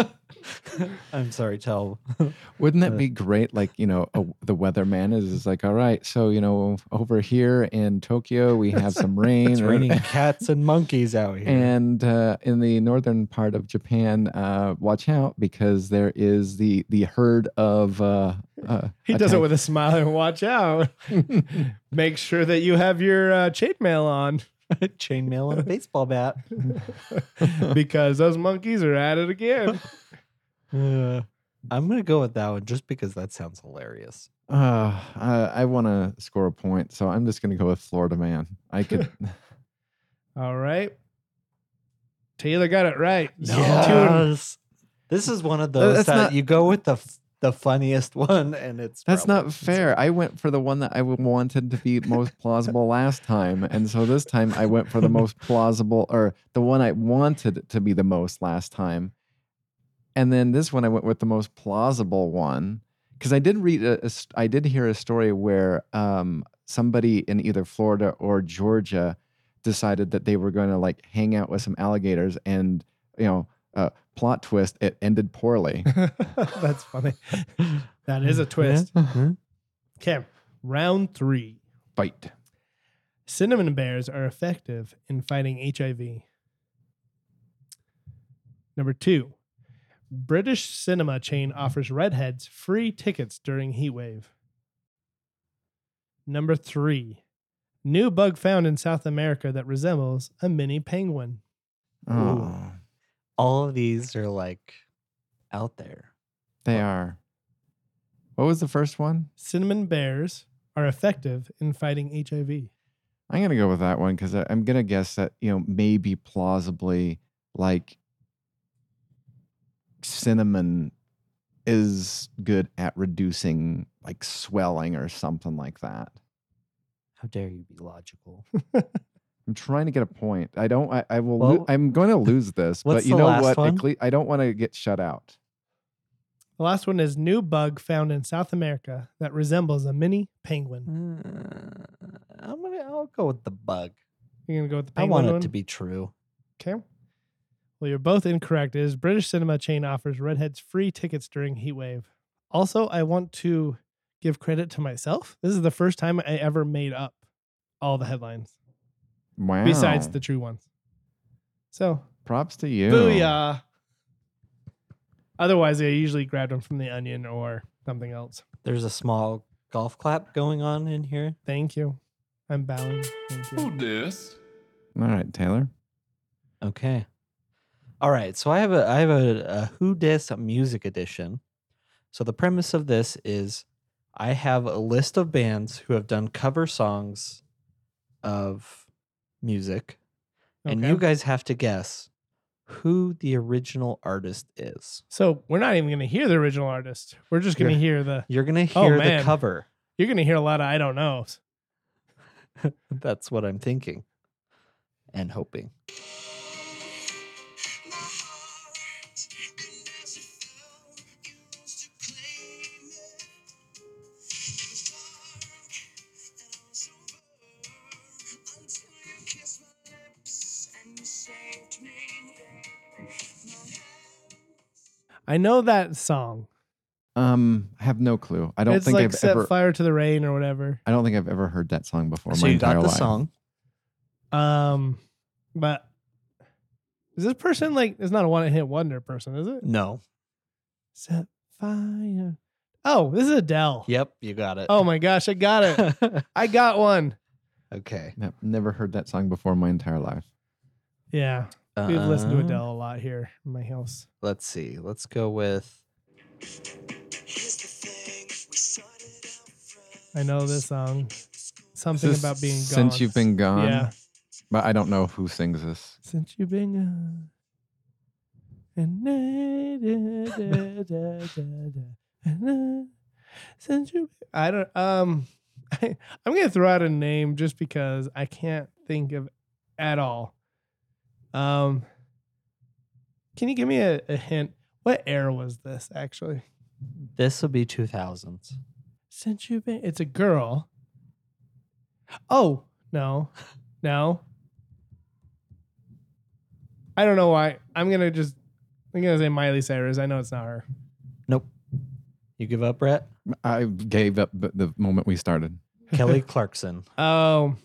A: I'm sorry, tell.
C: Wouldn't that
A: Uh,
C: be great? Like, you know, a, the weatherman is, is like, all right, so, you know, over here in Tokyo, we have some rain.
A: It's
C: or-
A: raining cats and monkeys out here.
C: And uh, in the northern part of Japan, uh, watch out because there is the the herd of. Uh, uh,
B: He does it
C: attack-
B: with a smile and watch out. Make sure that you have your uh, chainmail on
A: Chainmail and a baseball bat.
B: because those monkeys are at it again.
A: Uh, I'm gonna go with that one just because that sounds hilarious.
C: Uh, I, I want to score a point, so I'm just going to go with Florida man. I could.
B: All right. Taylor got it right. Two-
A: Yes. This is one of those
C: that's
A: that
C: not-
A: you go with the f- the funniest one, and it's
C: That's
A: probably-
C: not fair. I went for the one that I w- wanted to be most plausible last time, and so this time I went for the most plausible, or the one I wanted to be the most last time, and then this one I went with the most plausible one because I did read, a, a s- I did hear a story where um, somebody in either Florida or Georgia decided that they were going to like hang out with some alligators, and you know, uh, plot twist, it ended poorly.
B: That's funny. That is a twist.
A: Mhm.
B: Okay. Round three.
C: Fight.
B: Cinnamon bears are effective in fighting HIV. Number two. British cinema chain offers redheads free tickets during heat wave. Number three. New bug found in South America that resembles a mini penguin.
C: Oh,
A: All of these are like out there.
C: They are. What was the first one?
B: cinnamon bears are effective in fighting HIV.
C: I'm gonna go with that one because I'm gonna guess that you know maybe plausibly like cinnamon is good at reducing like swelling or something like that.
A: How dare you be logical? Uh,
C: I'm trying to get a point. I don't. I, I will.
A: Well,
C: lo- I'm going to lose this. but
A: what's
C: you
A: the
C: know
A: last
C: what?
A: one?
C: At lea- I don't want to get shut out.
B: The last one is new bug found in South America that resembles a mini penguin.
A: Uh, I'm gonna. I'll go with the bug.
B: You're gonna go with the
A: I
B: penguin
A: want
B: one?
A: it to be true.
B: okay. Well, you're both incorrect. It is British cinema chain offers redheads free tickets during heat wave. Also, I want to give credit to myself. This is the first time I ever made up all the headlines
C: Wow.
B: besides the true ones. So,
C: props to you.
B: booyah! Otherwise, I usually grab them from the Onion or something else.
A: There's a small golf clap going on in here.
B: Thank you. I'm bowing. Thank
E: Who
B: you.
E: dis?
C: All right, Taylor.
A: Okay. All right. So I have a I have a, a Who Dis music edition. So the premise of this is I have a list of bands who have done cover songs of music, and you
B: Okay.
A: guys have to guess who the original artist is.
B: So we're not even going to hear the original artist. We're just going to
A: Yeah.
B: hear the.
A: You're gonna
B: Oh,
A: hear the
B: man.
A: cover.
B: You're going to hear a lot of I don't know.
A: That's what I'm thinking and hoping.
B: I know that song.
C: Um, I have no clue. I don't
B: it's
C: think
B: like
C: I've
B: set
C: ever.
B: fire to the rain or whatever.
C: I don't think I've ever heard that song before. in
A: so
C: my
A: you got
C: entire
A: the
C: life.
A: song.
B: Um, but is this person like? It's not a one-hit wonder person, is it?
A: No.
B: Set fire. Oh, this is Adele.
A: Yep, you got it.
B: Oh my gosh, I got it. I got one.
A: okay.
C: Ne- Never heard that song before in my entire life.
B: Yeah, we've listened to
C: Uh-huh.
A: Uh,
B: Adele a lot here in my house.
A: Let's see. Let's go with
B: I know this song. Something
C: This is
B: about being gone.
C: Since you've been gone.
B: Yeah.
C: But I don't know who sings this.
B: since you've been gone. And da, da, da, da, da, da. And I sent you. I don't. Um, I, I'm gonna throw out a name just because I can't think of at all. Um, can you give me a, a hint? What era was this actually?
A: This will be 2000s.
B: Since you've been, it's a girl. Oh no, no. I don't know why. I'm gonna just. I'm gonna say Miley Cyrus. I know it's not her.
A: Nope. You give up, Brett?
C: I gave up the- the moment we started.
A: Kelly Clarkson.
B: Oh,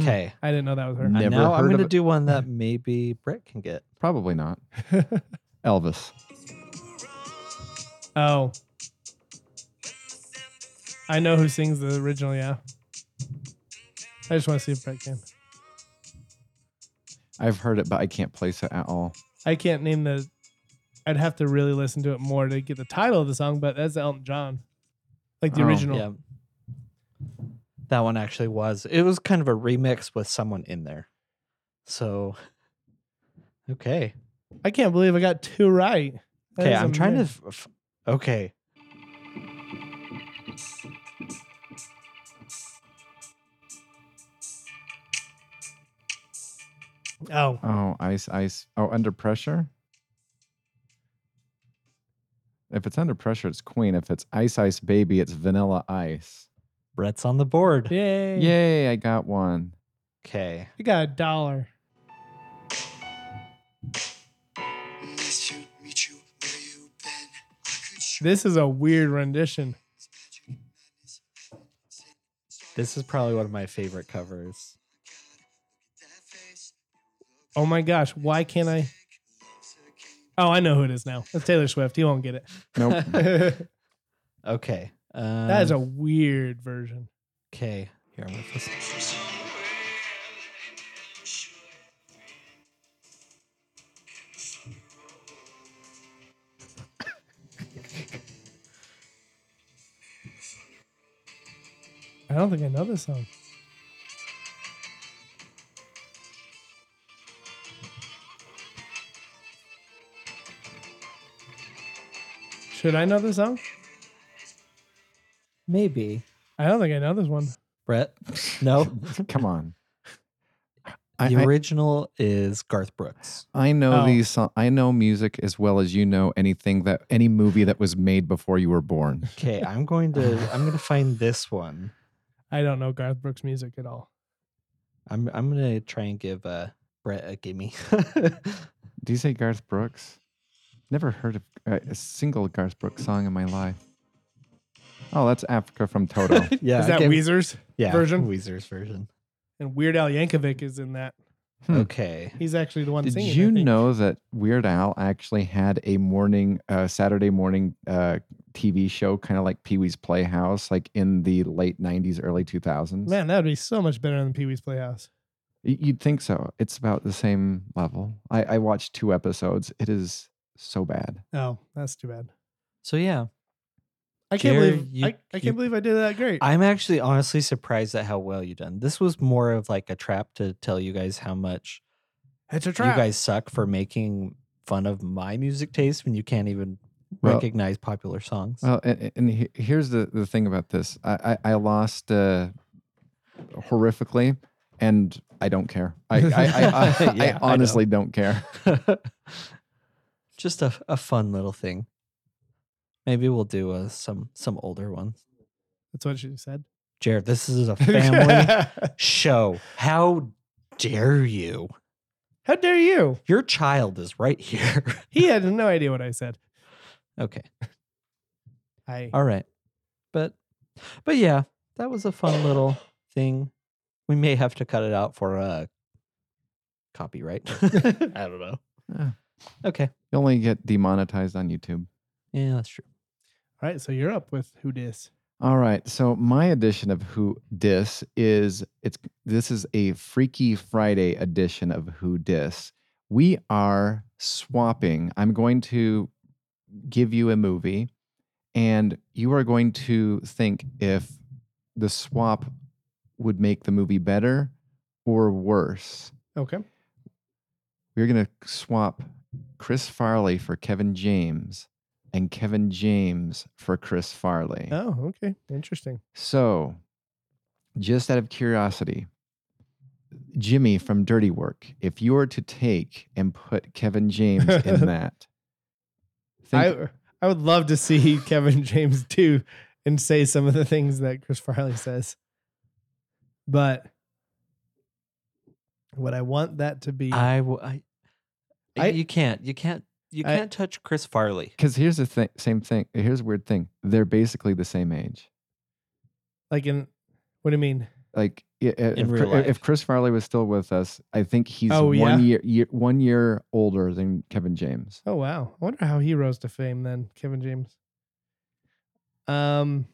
A: Okay.
B: I didn't know that was her.
C: Never
A: now I'm
C: heard
A: going
C: of
A: to
C: it.
A: do one that maybe Brett can get.
C: Probably not. Elvis.
B: Oh. I know who sings the original, yeah. I just want to see if Brett can.
C: I've heard it, but I can't place it at all.
B: I can't name the. I'd have to really listen to it more to get the title of the song, but that's Elton John, like the
C: Oh,
B: original.
A: Yeah. That one actually was. It was kind of a remix with someone in there. So, okay.
B: I can't believe I got two right. That
A: Okay.
B: is
A: I'm trying to.
B: amazing.
A: F- f- okay.
B: Oh,
C: Oh, ice, ice. Oh, under pressure. If it's under pressure, it's Queen. If it's Ice Ice Baby, it's Vanilla Ice.
A: Brett's on the board.
B: yay!
C: Yay! I got one.
A: Okay.
B: I got a dollar.
F: Nice to meet you. Where you been? I could show
B: This is a weird rendition.
F: this magic madness. heaven sent. Sorry,
A: This is probably one of my favorite covers.
F: God, look at that face.
B: Oh my gosh, why can't I? Oh, I know who it is now. It's Taylor Swift. You won't get it.
C: Nope.
B: that
A: Okay. Um,
B: is a weird version.
A: Okay. Here, I'm gonna fist-
B: I don't think I know this song. Should I know this song?
D: Maybe.
B: I don't think I know this one.
A: Brett? No.
C: Come on. I,
A: the
C: I,
A: original is Garth Brooks.
C: I know
B: Oh.
C: these. Song, I know music as well as you know anything that any movie that was made before you were born.
A: Okay, I'm going to I'm going to find this one.
B: I don't know Garth Brooks music at all.
A: I'm I'm going to try and give uh, Brett a gimme.
C: Do you say Garth Brooks? Never heard of uh, a single Garth Brooks song in my life. Oh, that's Africa from Toto.
A: yeah,
B: is that
A: okay.
B: Weezer's?
A: yeah,
B: version?
A: Weezer's version.
B: And Weird Al Yankovic is in that.
C: Hmm.
A: Okay.
B: He's actually the one
C: Did
B: singing. I
C: you
B: think.
C: know that Weird Al actually had a morning, uh, Saturday morning uh, TV show, kind of like Pee Wee's Playhouse, like in the late 90s, early 2000s?
B: Man, that would be so much better than Pee Wee's Playhouse.
C: Y- You'd think so. It's about the same level. I, I watched two episodes. It is so bad.
B: Oh, that's too bad.
A: So yeah,
B: I can't
A: Jared,
B: believe
A: you-
B: I, I can't
A: you-
B: believe I did that great.
A: I'm actually honestly surprised at how well you done. This was more of like a trap to tell you guys how much
B: it's a
A: you guys suck for making fun of my music taste when you can't even
C: Well-
A: recognize popular songs.
C: Well, and, and he- here's the, the thing about this I, I, I lost uh, horrifically, and I don't care. I, I, I, I,
A: Yeah, I know.
C: I honestly don't care.
A: Just a, a fun little thing. Maybe we'll do uh, some some older ones.
B: That's what she said.
A: Jared, this is a family show. How dare you?
B: How dare you?
A: Your child is right here.
B: He had no idea what I said.
A: okay.
B: I
A: All right. But but yeah, that was a fun little thing. We may have to cut it out for uh copyright. I don't know.
C: Yeah.
A: Okay.
C: You only get demonetized on YouTube.
A: Yeah, that's true.
B: all right. So you're up with who dis?
C: All right. So my edition of Who Dis is it's this is a Freaky Friday edition of Who Dis. We are swapping. I'm going to give you a movie, and you are going to think if the swap would make the movie better or worse.
B: Okay.
C: We're going to swap Chris Farley for Kevin James, and Kevin James for Chris Farley.
B: Oh, okay. Interesting.
C: So, just out of curiosity, Jimmy from Dirty Work, if you were to take and put Kevin James in that, think,
B: I I would love to see Kevin James do and say some of the things that Chris Farley says. But would I want that to be
A: I, w- I,
B: I-
A: you can't, you can't, you
B: I-
A: can't touch Chris Farley.
C: because here's the thing, same thing. Here's a weird thing. They're basically the same age.
B: like in what do you mean?
C: Like i- i- if,
A: real
C: Chri-
A: life.
C: if Chris Farley was still with us, I think he's
B: Oh,
C: one
B: yeah?
C: year, year one year older than Kevin James.
B: Oh wow. I wonder how he rose to fame then, Kevin James. Um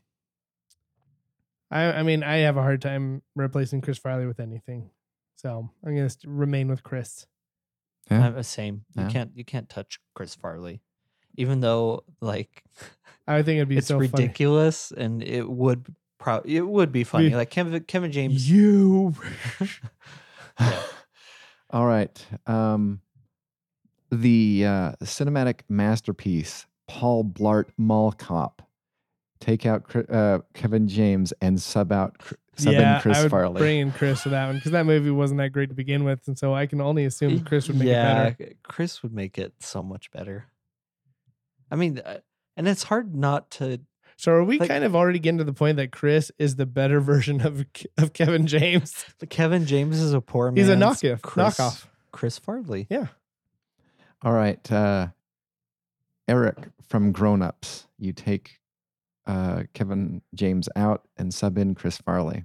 B: I I mean I have a hard time replacing Chris Farley with anything. So I'm gonna st- remain with Chris.
C: Yeah.
A: I'm the same.
C: Yeah.
A: You can't, you can't touch Chris Farley, even though like
B: I would think it'd be
A: it's
B: so funny.
A: ridiculous and it would pro- it would be funny.
B: Be-
A: Like Kevin, Kevin James.
C: You. All right. Um, the uh, cinematic masterpiece, Paul Blart Mall Cop. Take out Cri- uh, Kevin James and sub out Cr- sub in Chris
B: I would
C: Farley.
B: bring in Chris for that one because that movie wasn't that great to begin with, and so I can only assume Chris would make it better.
A: Chris would make it so much better. I mean, uh, and it's hard not to.
B: So are we
A: Like-
B: kind of already getting to the point that Chris is the better version of Ke- of Kevin James?
A: Kevin James is a poor man.
B: He's a knockoff, knockoff.
A: Chris Farley.
C: All right. Uh, Eric from Grown Ups. You take uh, Kevin James out and sub in Chris Farley.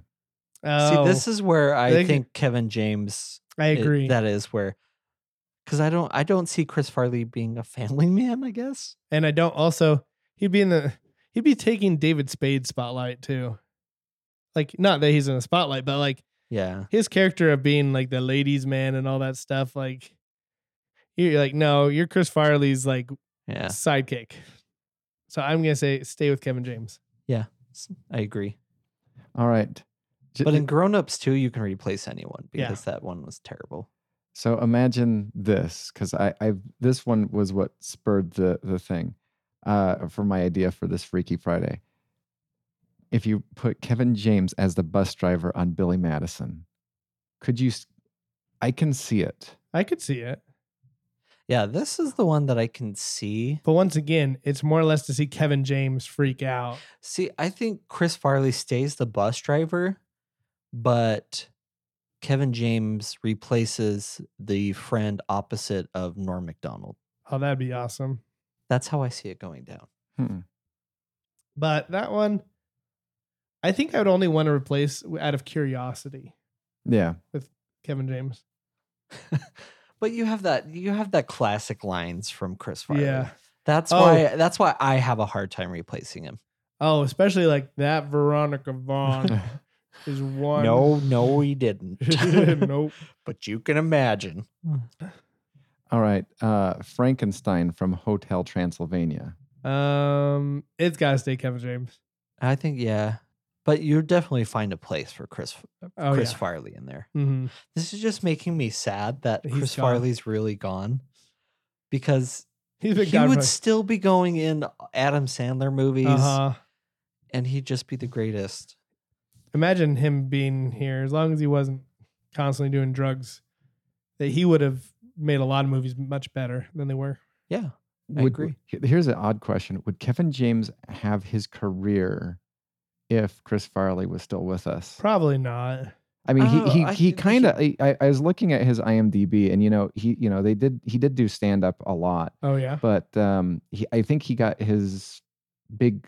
B: Oh,
A: See, this is where I
B: They-
A: think Kevin James.
B: I
A: it-
B: agree.
A: that is where, because I don't, I don't see Chris Farley being a family man. I guess
B: and I don't. Also, he'd be in the he'd be taking David Spade's spotlight too. Like, not that he's in the spotlight, but like
A: yeah.
B: his character of being like the ladies' man and all that stuff. Like, you're like, no, you're Chris Farley's like
A: Yeah,
B: sidekick. So I'm gonna say stay with Kevin James.
A: s- I agree.
C: All right. J-
A: But in Grown Ups too, you can replace anyone
B: Yeah.
A: because that one was terrible.
C: So imagine this, because I, I this one was what spurred the the thing uh, for my idea for this Freaky Friday. If you put Kevin James as the bus driver on Billy Madison, could you? s- I can see it.
B: I could see it,
A: Yeah, this is the one that I can see.
B: but once again, it's more or less to see Kevin James freak out.
A: See, I think Chris Farley stays the bus driver, but Kevin James replaces the friend opposite of Norm MacDonald.
B: Oh, that'd be awesome.
A: That's how I see it going down.
C: Hmm.
B: But that one, I think I would only want to replace out of curiosity
C: Yeah.
B: Kevin James.
A: but you have that you have that classic lines from Chris Farley.
B: Yeah.
A: That's
B: Oh.
A: why that's why I have a hard time replacing him.
B: Oh, especially like that Veronica Vaughn is one.
A: No, no, he didn't.
B: nope.
A: But you can imagine.
C: All right. Uh, Frankenstein from Hotel Transylvania.
B: Um, it's gotta stay Kevin James.
A: I think yeah. But you definitely find a place for Chris
B: Oh
A: Chris
B: yeah.
A: Farley in there.
B: Mhm.
A: This is just making me sad that
B: He's
A: Chris
B: gone.
A: Farley's really gone because
B: He's been
A: he
B: gone
A: would
B: for-
A: still be going in Adam Sandler movies
B: Uh-huh.
A: and he'd just be the greatest.
B: imagine him being here as long as he wasn't constantly doing drugs that he would have made a lot of movies much better than they were
A: Yeah. I
C: Would-
A: agree.
C: he- Here's an odd question: Would Kevin James have his career if Chris Farley was still with us?
B: probably not
C: I mean,
A: Oh,
C: he he,
A: I
C: he
A: didn't-
C: kind of. I, I was looking at his IMDb, and you know, he you know they did he did do stand up a lot,
B: oh yeah
C: but um, he, I think he got his big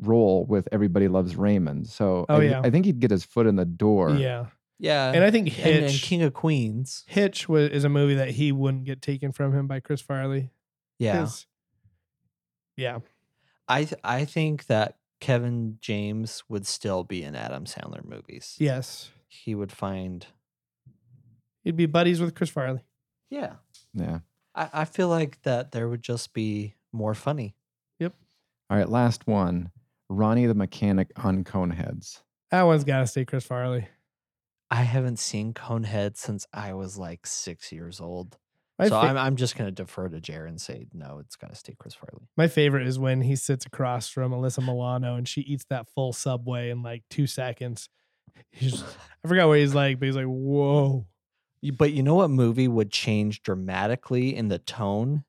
C: role with Everybody Loves Raymond. So
B: Oh,
C: I,
B: yeah.
C: I think he'd get his foot in the door.
B: yeah
A: Yeah.
B: and i think
A: and, and
B: hitch
A: King of Queens.
B: hitch was, is a movie that he wouldn't get taken from him by chris farley
A: Yeah.
B: 'Cause- yeah
A: I th- I think that Kevin James would still be in Adam Sandler movies.
B: yes
A: He would find
B: he'd be buddies with chris farley
A: Yeah.
C: yeah.
A: I, I feel like that there would just be more funny.
C: All right, last one: Ronnie the mechanic on Coneheads.
B: that one's gotta stay chris farley
A: I haven't seen Conehead since I was like six years old.
B: My,
A: so
B: fa-
A: I'm, I'm just going to defer to Jared and say, no, it's got to stay Chris Farley.
B: my favorite is when he sits across from Alyssa Milano and she eats that full subway in like two seconds. He's just- I forgot what he's like, but he's like, whoa.
A: You- But you know what movie would change dramatically in the tone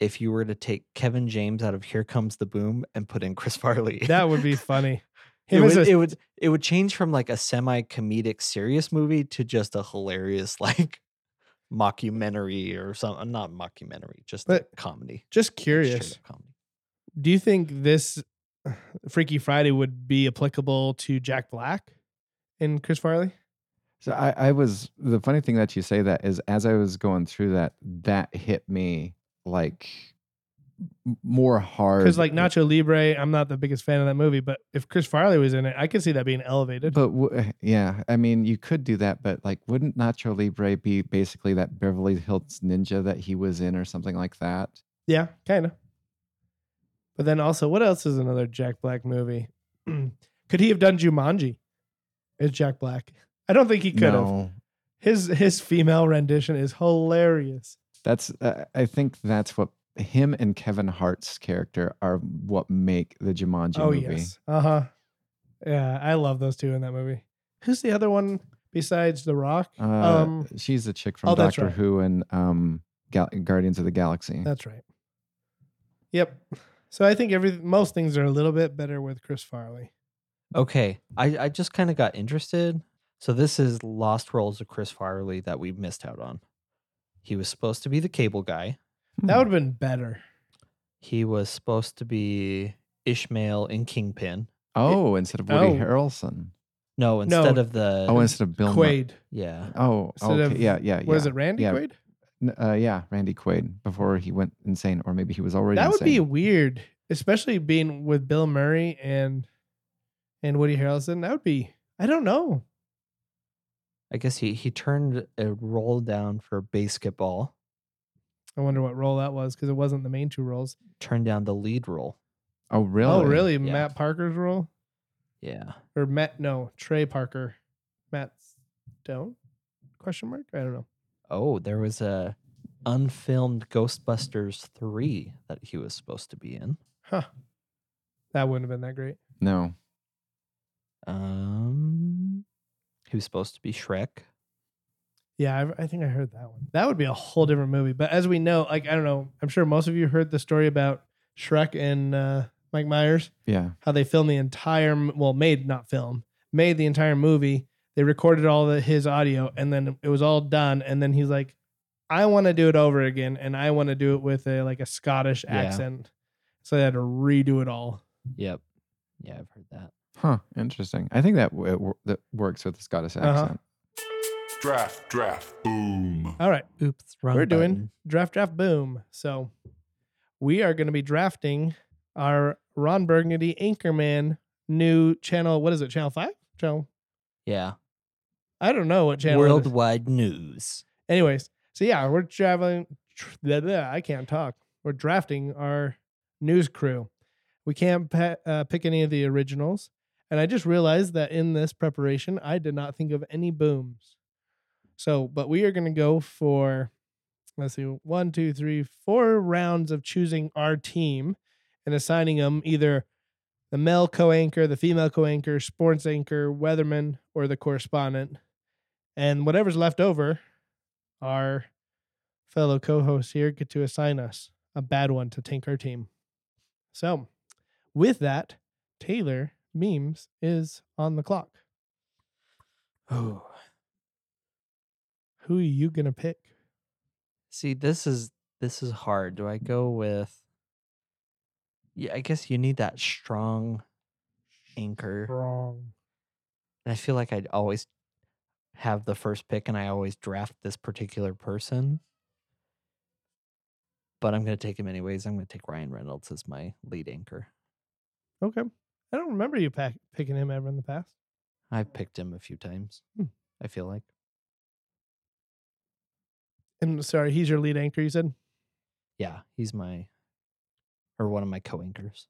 A: if you were to take Kevin James out of Here Comes the Boom and put in Chris Farley?
B: That would be funny.
A: it
B: Him as
A: would,
B: a-
A: it would it would change from like a semi comedic serious movie to just a hilarious like mockumentary or something not mockumentary just a
B: But
A: comedy
B: just
A: like
B: curious.
A: straight up comedy.
B: Do you think this Freaky Friday would be applicable to Jack Black and Chris Farley?
C: So I, I was the funny thing that you say that is as I was going through that, that hit me like m- more hard.
B: Because like Nacho Libre, I'm not the biggest fan of that movie, but if Chris Farley was in it, I could see that being elevated.
C: But w- eh, yeah, I mean, you could do that, but like, wouldn't Nacho Libre be basically that Beverly Hills Ninja that he was in or something like that?
B: yeah, kind of. But then also, what else is another Jack Black movie? could he have done Jumanji as Jack Black? I don't think he could have.
C: no,
B: His his female rendition is hilarious.
C: that's. Uh, I think that's what him and Kevin Hart's character are what make the Jumanji
B: oh
C: movie.
B: yes, uh huh. Yeah, I love those two in that movie. Who's the other one besides The Rock?
C: Uh,
B: um,
C: she's the chick from
B: oh, that's
C: Doctor
B: right.
C: Who and um, Gal- Guardians of the Galaxy.
B: That's right. Yep. So I think every most things are a little bit better with Chris Farley.
A: Okay, I, I just kind of got interested. So this is Lost Roles of Chris Farley that we missed out on. He was supposed to be the cable guy.
C: Hmm.
B: That would have been better.
A: He was supposed to be Ishmael in Kingpin.
C: oh, instead of Woody
B: oh.
C: Harrelson.
A: No, instead
B: No.
A: of the
C: Oh, instead of Bill. Mur-
B: Quaid.
A: yeah.
C: Oh,
B: Instead
C: okay.
B: of-
C: yeah, yeah, yeah.
B: Was it Randy
C: yeah.
B: Quaid?
C: N- Uh, yeah, Randy Quaid before he went insane, or maybe he was already.
B: That would be
C: insane.
B: weird, especially being with Bill Murray and and Woody Harrelson. That would be I don't know.
A: I guess he he turned a role down for basketball,
B: I wonder what role that was because it wasn't the main two roles.
A: turned down the lead role.
C: Oh, really?
B: Oh, really?
A: Yeah.
B: Matt Parker's role
A: Yeah.
B: or Matt? No, Trey Parker. Matt Stone? Question mark? I don't know.
A: Oh, there was a unfilmed Ghostbusters 3 that he was supposed to be in.
B: Huh? That wouldn't have been that great.
C: No.
A: Um he was supposed to be Shrek.
B: Yeah, I, I think I heard that one. That would be a whole different movie. But as we know, like I don't know, I'm sure most of you heard the story about Shrek and uh, Mike Myers,
C: Yeah.
B: how they filmed the entire m- well, made not film, made the entire movie. They recorded all the, his audio, and then it was all done. And then he's like, "I want to do it over again, and I want to do it with a like a Scottish
A: Yeah.
B: accent." So they had to redo it all.
A: Yep. Yeah, I've heard that.
C: Huh. Interesting. I think that w- it wor- that works with the Scottish
B: Uh-huh.
C: accent.
E: Draft, draft, boom.
B: All right.
A: Oops, wrong
B: we're doing
A: button.
B: draft draft boom so we are going to be drafting our ron burgundy anchorman new channel what is it channel 5 channel
A: Yeah.
B: i don't know what channel it is.
A: Worldwide news.
B: anyways so yeah we're traveling tr- blah, blah, i can't talk we're drafting our news crew we can't pa- uh, pick any of the originals and i just realized that in this preparation i did not think of any booms so but we are going to go for let's see one two three four rounds of choosing our team and assigning them either the male co-anchor the female co-anchor sports anchor weatherman or the correspondent and whatever's left over our fellow co-hosts here get to assign us a bad one to tank our team. So, with that, Taylor Memes is on the clock.
A: Oh.
B: Who are you gonna pick?
A: See, this is this is hard. Do I go with Yeah, I guess you need that strong anchor.
B: Wrong.
A: And I feel like I'd always have the first pick and I always draft this particular person. But I'm going to take him anyways. I'm going to take Ryan Reynolds as my lead anchor.
B: Okay. I don't remember you pack, picking him ever in the past.
A: I've picked him a few times,
B: Hmm.
A: I feel like.
B: And sorry, he's your lead anchor. You said.
A: Yeah, he's my, or one of my co anchors.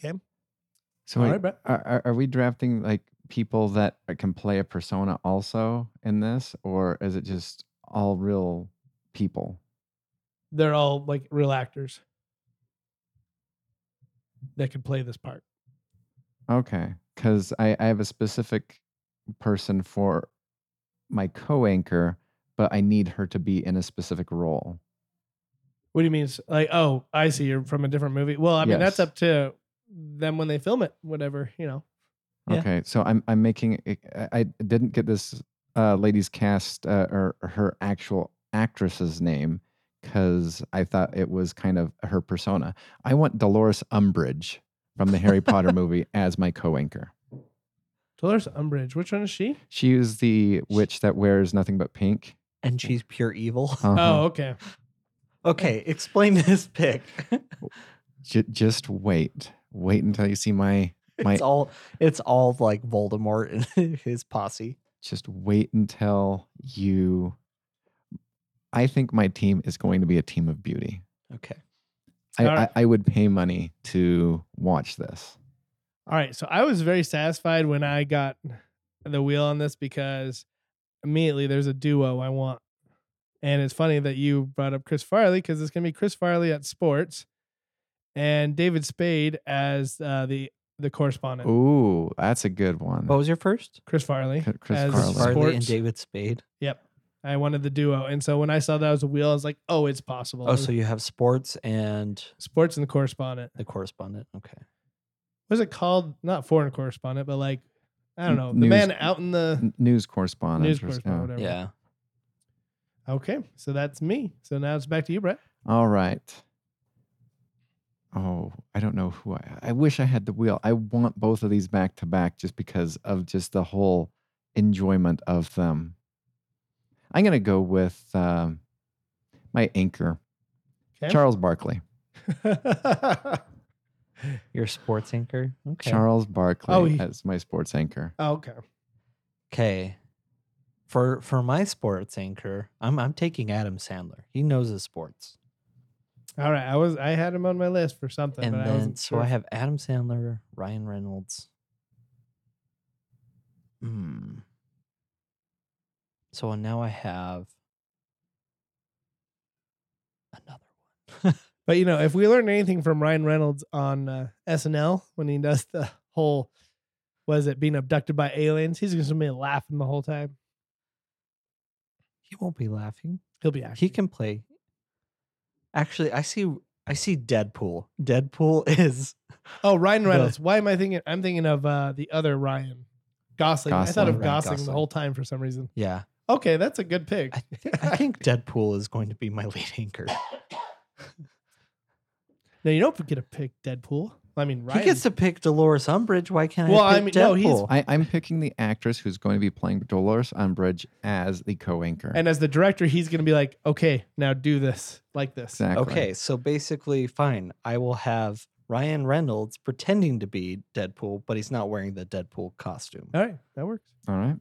C: So
B: All
C: wait,
B: right, Brett.
C: are, are are we uh, drafting like people that can play a persona also in this, or is it just all real people.
B: They're all like real actors that could play this part.
C: Okay. Because I, I have a specific person for my co anchor, but I need her to be in a specific role.
B: What do you mean? s- Like, oh, I see. You're from a different movie. Well, I mean, that's
C: Yes.
B: up to them when they film it. Whatever, you know.
A: Yeah.
C: Okay. So I'm, I'm making, it- I I didn't get this uh, lady's cast uh, or or her actual actress's name because I thought it was kind of her persona. I want Dolores Umbridge from the Harry Potter movie as my co anchor.
B: Dolores Umbridge. Which one is she?
C: She is the witch that wears nothing but pink.
A: And she's pure evil.
C: Uh-huh.
B: Oh, okay.
A: Okay, explain this pick.
C: J- just wait. Wait until you see my my
A: it's all it's all like Voldemort and his posse.
C: just wait until you I think my team is going to be a team of beauty.
A: Okay.
C: I,
B: All right.
C: I, I would pay money to watch this.
B: All right. So I was very satisfied when I got the wheel on this because immediately there's a duo I want. And it's funny that you brought up Chris Farley because it's going to be Chris Farley at sports and David Spade as uh, the the correspondent.
C: Ooh, that's a good one.
A: What was your first?
B: Chris Farley.
C: Chris- Chris
B: Oh, as
C: Farley.
A: Farley
B: sports.
A: Mm. and David Spade.
B: I wanted the duo. And so when I saw that was a wheel, I was like, oh, it's possible.
A: Oh, so you have sports and
B: sports and the correspondent.
A: the correspondent. Okay.
B: What is it called? Not foreign correspondent, but like, I don't
C: N-
B: know, the
C: news-
B: man out in the
C: N- News correspondent.
B: news
C: or s-
B: correspondent,
C: yeah.
B: whatever.
A: Yeah.
B: Okay, so that's me. So now it's back to you, Brett.
C: All right. Oh, I don't know who I. I wish I had the wheel. I want both of these back to back just because of just the whole enjoyment of them. I'm gonna go with um, my anchor,
B: Okay.
C: Charles Barkley.
A: Your sports anchor. Okay.
C: Charles Barkley
B: Oh, he-
C: as my sports anchor.
B: okay.
A: Okay. For for my sports anchor, I'm I'm taking Adam Sandler. He knows his sports.
B: All right. I was I had him on my list for something,
A: and
B: but I
A: then
B: wasn't
A: so
B: sure.
A: I have Adam Sandler, Ryan Reynolds. Hmm. So now I have another one.
B: But you know, if we learn anything from Ryan Reynolds on uh, SNL when he does the whole was it being abducted by aliens, he's going to be laughing the whole time.
A: he won't be laughing.
B: He'll be acting.
A: He can play. Actually, I see I see Deadpool. Deadpool is
B: Oh, Ryan
A: The-
B: Reynolds. Why am I thinking? I'm thinking of uh, the other Ryan Gosling. I thought
C: Gosling.
B: of
A: Ryan
B: Gosling, the
A: Gosling.
B: whole time for some reason.
A: yeah.
B: Okay, that's a good pick.
A: I, thi- I think Deadpool is going to be my lead anchor.
B: now you don't get to pick Deadpool. I mean, Ryan.
A: He gets to pick Dolores Umbridge. Why can't
B: Well,
A: I
B: I
A: pick
B: mean,
A: Deadpool?
B: no, he's-
C: I, I'm picking the actress who's going to be playing Dolores Umbridge as the co-anchor.
B: and as the director, he's going to be like, okay, now do this like this.
C: exactly.
A: Okay, so basically, fine. I will have Ryan Reynolds pretending to be Deadpool, but he's not wearing the Deadpool costume.
B: All right, that works.
C: All right.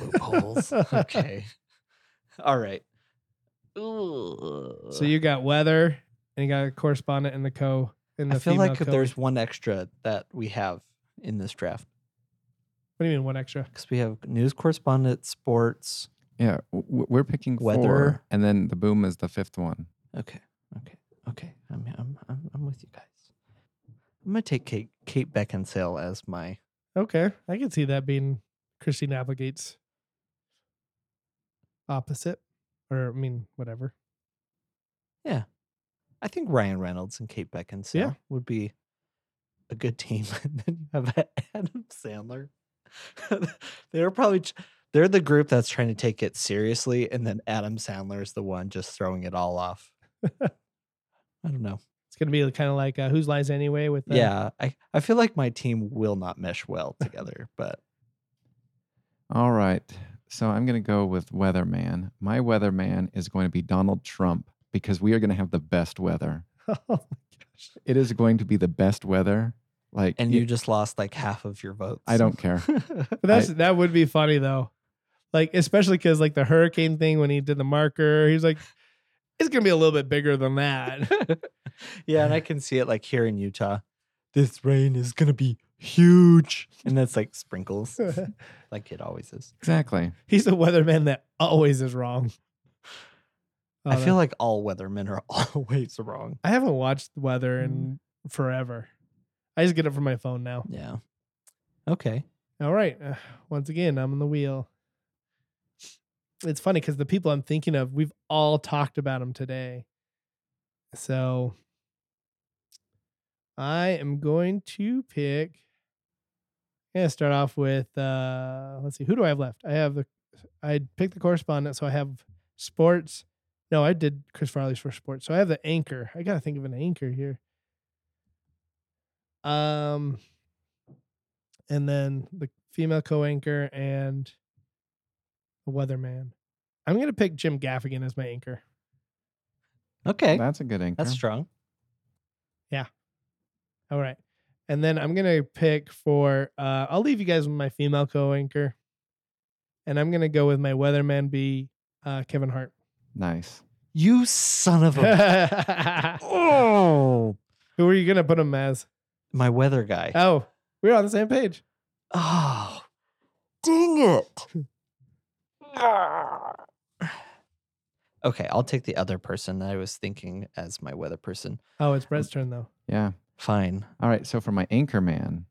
A: Loopholes. okay. All right.
B: So you got weather, and you got a correspondent and the co. And the
A: I feel
B: female
A: like
B: co-
A: there's one extra that we have in this draft
B: What do you mean one extra?
A: because we have news correspondent, sports.
C: Yeah, w- w- we're picking
A: Weather.
C: four, and then the boom is the fifth one.
A: Okay. Okay. Okay. I'm I'm I'm, I'm with you guys. I'm gonna take Kate Kate Beckinsale as my
B: Okay, I can see that being Christine Applegate's opposite, or I mean, whatever.
A: I think Ryan Reynolds and Kate Beckinsale
B: Yeah.
A: would be a good team. and then you have Adam Sandler. they're probably tr- they're the group that's trying to take it seriously, and then Adam Sandler is the one just throwing it all off. I don't know.
B: It's gonna be kind of like uh, Who's Lies Anyway with uh,
A: Yeah, I, I feel like my team will not mesh well together, but
C: All right. So I'm going to go with weatherman. My weatherman is going to be Donald Trump because we are going to have the best weather.
B: oh my gosh.
C: It is going to be the best weather. Like
A: and
C: y-
A: you just lost like half of your votes.
C: I don't care.
B: But that's that would be funny though. Like especially cuz like the hurricane thing when he did the marker, he's like it's going to be a little bit bigger than that.
A: yeah, and I can see it like here in Utah. This rain is gonna be huge. And that's like sprinkles, like it always is.
C: Exactly.
B: He's the weatherman that always is wrong. Oh,
A: I feel like all weathermen are always wrong.
B: I haven't watched weather in
A: Mm.
B: forever. I just get it from my phone now.
A: Yeah. Okay.
B: All right. Uh, once again, I'm on the wheel. It's funny because the people I'm thinking of, we've all talked about them today. So I am going to pick. I'm gonna start off with uh let's see, who do I have left? I have the I picked the correspondent, so I have sports. No, I did Chris Farley's for sports. So I have the anchor. I gotta think of an anchor here. Um and then the female co-anchor and the weatherman. I'm gonna pick Jim Gaffigan as my anchor.
A: Okay.
C: That's a good anchor.
A: That's strong.
B: All right. And then I'm going to pick for, uh, I'll leave you guys with my female co anchor. And I'm going to go with my weatherman be uh, Kevin Hart.
C: nice.
A: You son of a. oh.
B: Who are you going to put him as?
A: My weather
C: Uh,
A: guy.
B: Oh, we're on the same page.
A: Oh, dang it. Ah, okay, I'll take the other person that I was thinking as my weather person.
B: Oh, it's Brett's turn, though.
C: Yeah.
A: Fine.
C: All right. So for my anchor man,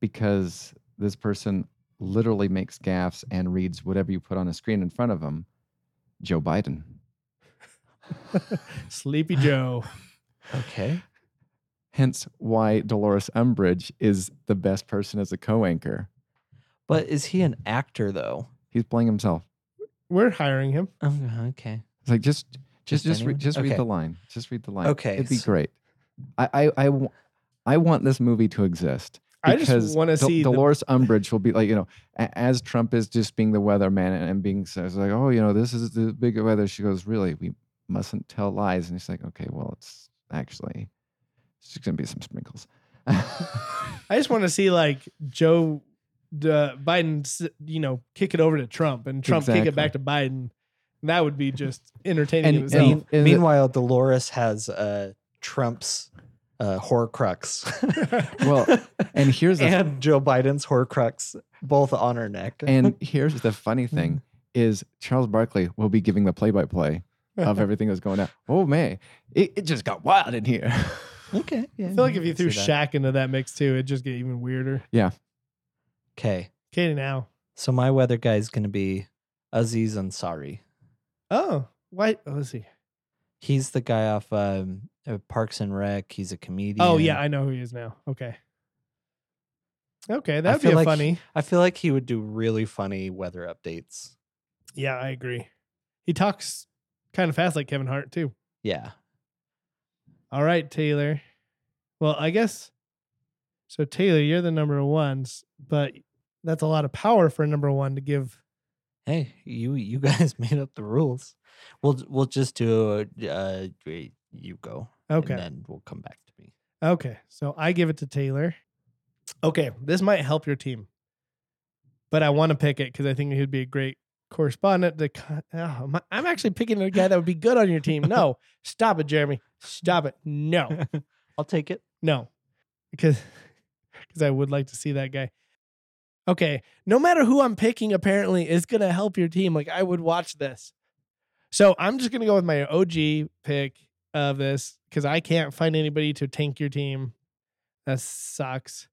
C: because this person literally makes gaffes and reads whatever you put on a screen in front of him, Joe Biden.
B: Sleepy Joe.
A: Okay.
C: Hence why Dolores Umbridge is the best person as a co anchor.
A: But is he an actor though?
C: He's playing himself.
B: We're hiring him.
A: Um, okay.
C: It's like, just,
A: Just
C: just, just, re-
A: anyone?
C: just
A: Okay.
C: read the line. Just read the line.
A: Okay,
C: It'd be
A: s-
C: great. I, I, I, w- I want this movie to exist.
B: I just
C: because
B: wanna
C: Dol-
B: see the-
C: Dolores Umbridge will be like you know, a- as Trump is just being the weatherman and, and being so it's like oh you know this is the big weather. She goes really we mustn't tell lies, and he's like okay well it's actually it's just gonna be some sprinkles.
B: I just want to see, like, Joe uh, Biden, s- you know, kick it over to Trump and Trump kick it
C: Exactly.
B: back to Biden. That would be just entertaining.
C: And-
B: in
C: So-
B: itself.
A: Mean-
C: Is it-
A: meanwhile, Dolores has uh, Trump's uh, Horcrux.
C: Well, and here's the
A: and Joe Biden's Horcrux both on her neck.
C: and here's the funny thing is Charles Barkley will be giving the play by play of everything that's going on. Oh man, it, it just got wild in here.
A: okay. Yeah,
B: I feel like if you threw
A: see that.
B: Shaq into that mix too, it'd just get even weirder.
A: Okay.
B: Katie now.
A: So my weather guy is going to be Aziz Ansari.
B: Oh, why? Oh, let's see.
A: He's the guy off um, uh, Parks and Rec. He's a comedian.
B: Oh, yeah, I know who he is now. Okay. Okay, that'd be
A: feel
B: a
A: like-
B: funny.
A: I feel like he would do really funny weather updates.
B: Yeah, I agree. He talks kind of fast like Kevin Hart too.
A: Yeah.
B: All right, Taylor. Well, I guess so. Taylor, you're the number ones, but that's a lot of power for a number one to give.
A: Hey, you you guys made up the rules. We'll we'll just do uh y- you go.
B: Okay.
A: And then we'll come back to me.
B: Okay, so I give it to Taylor. Okay, this might help your team, but I want to pick it because I think he'd be a great correspondent. To co- oh, I'm- I'm actually picking a guy that would be good on your team. No, stop it, Jeremy. Stop it. No,
A: I'll take it.
B: no, because because I would like to see that guy. Okay, no matter who I'm picking, apparently is gonna help your team. Like I would watch this. So I'm just gonna go with my OG pick of this because I can't find anybody to tank your team. That sucks.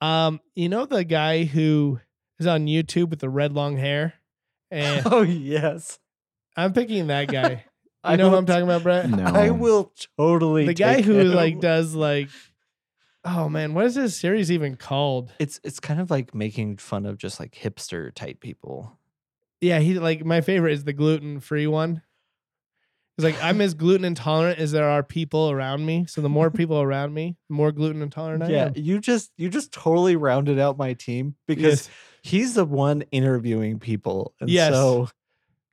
B: Um, you know the guy who is on YouTube with the red long hair, and
A: Oh yes.
B: I'm picking that guy.
A: I
B: You know who
A: will
B: I'm talking about, Brett?
C: No.
A: I will totally
B: The guy
A: take
B: who
A: him.
B: like does like, oh man, what is this series even called?
A: it's it's kind of like making fun of just like hipster type people.
B: Yeah, he like my favorite is the gluten free one. He's like, I'm as gluten intolerant as there are people around me. So the more people around me, the more gluten intolerant I
A: Yeah,
B: am.
A: you just you just totally rounded out my team because he's the one interviewing people. And
B: Yes.
A: so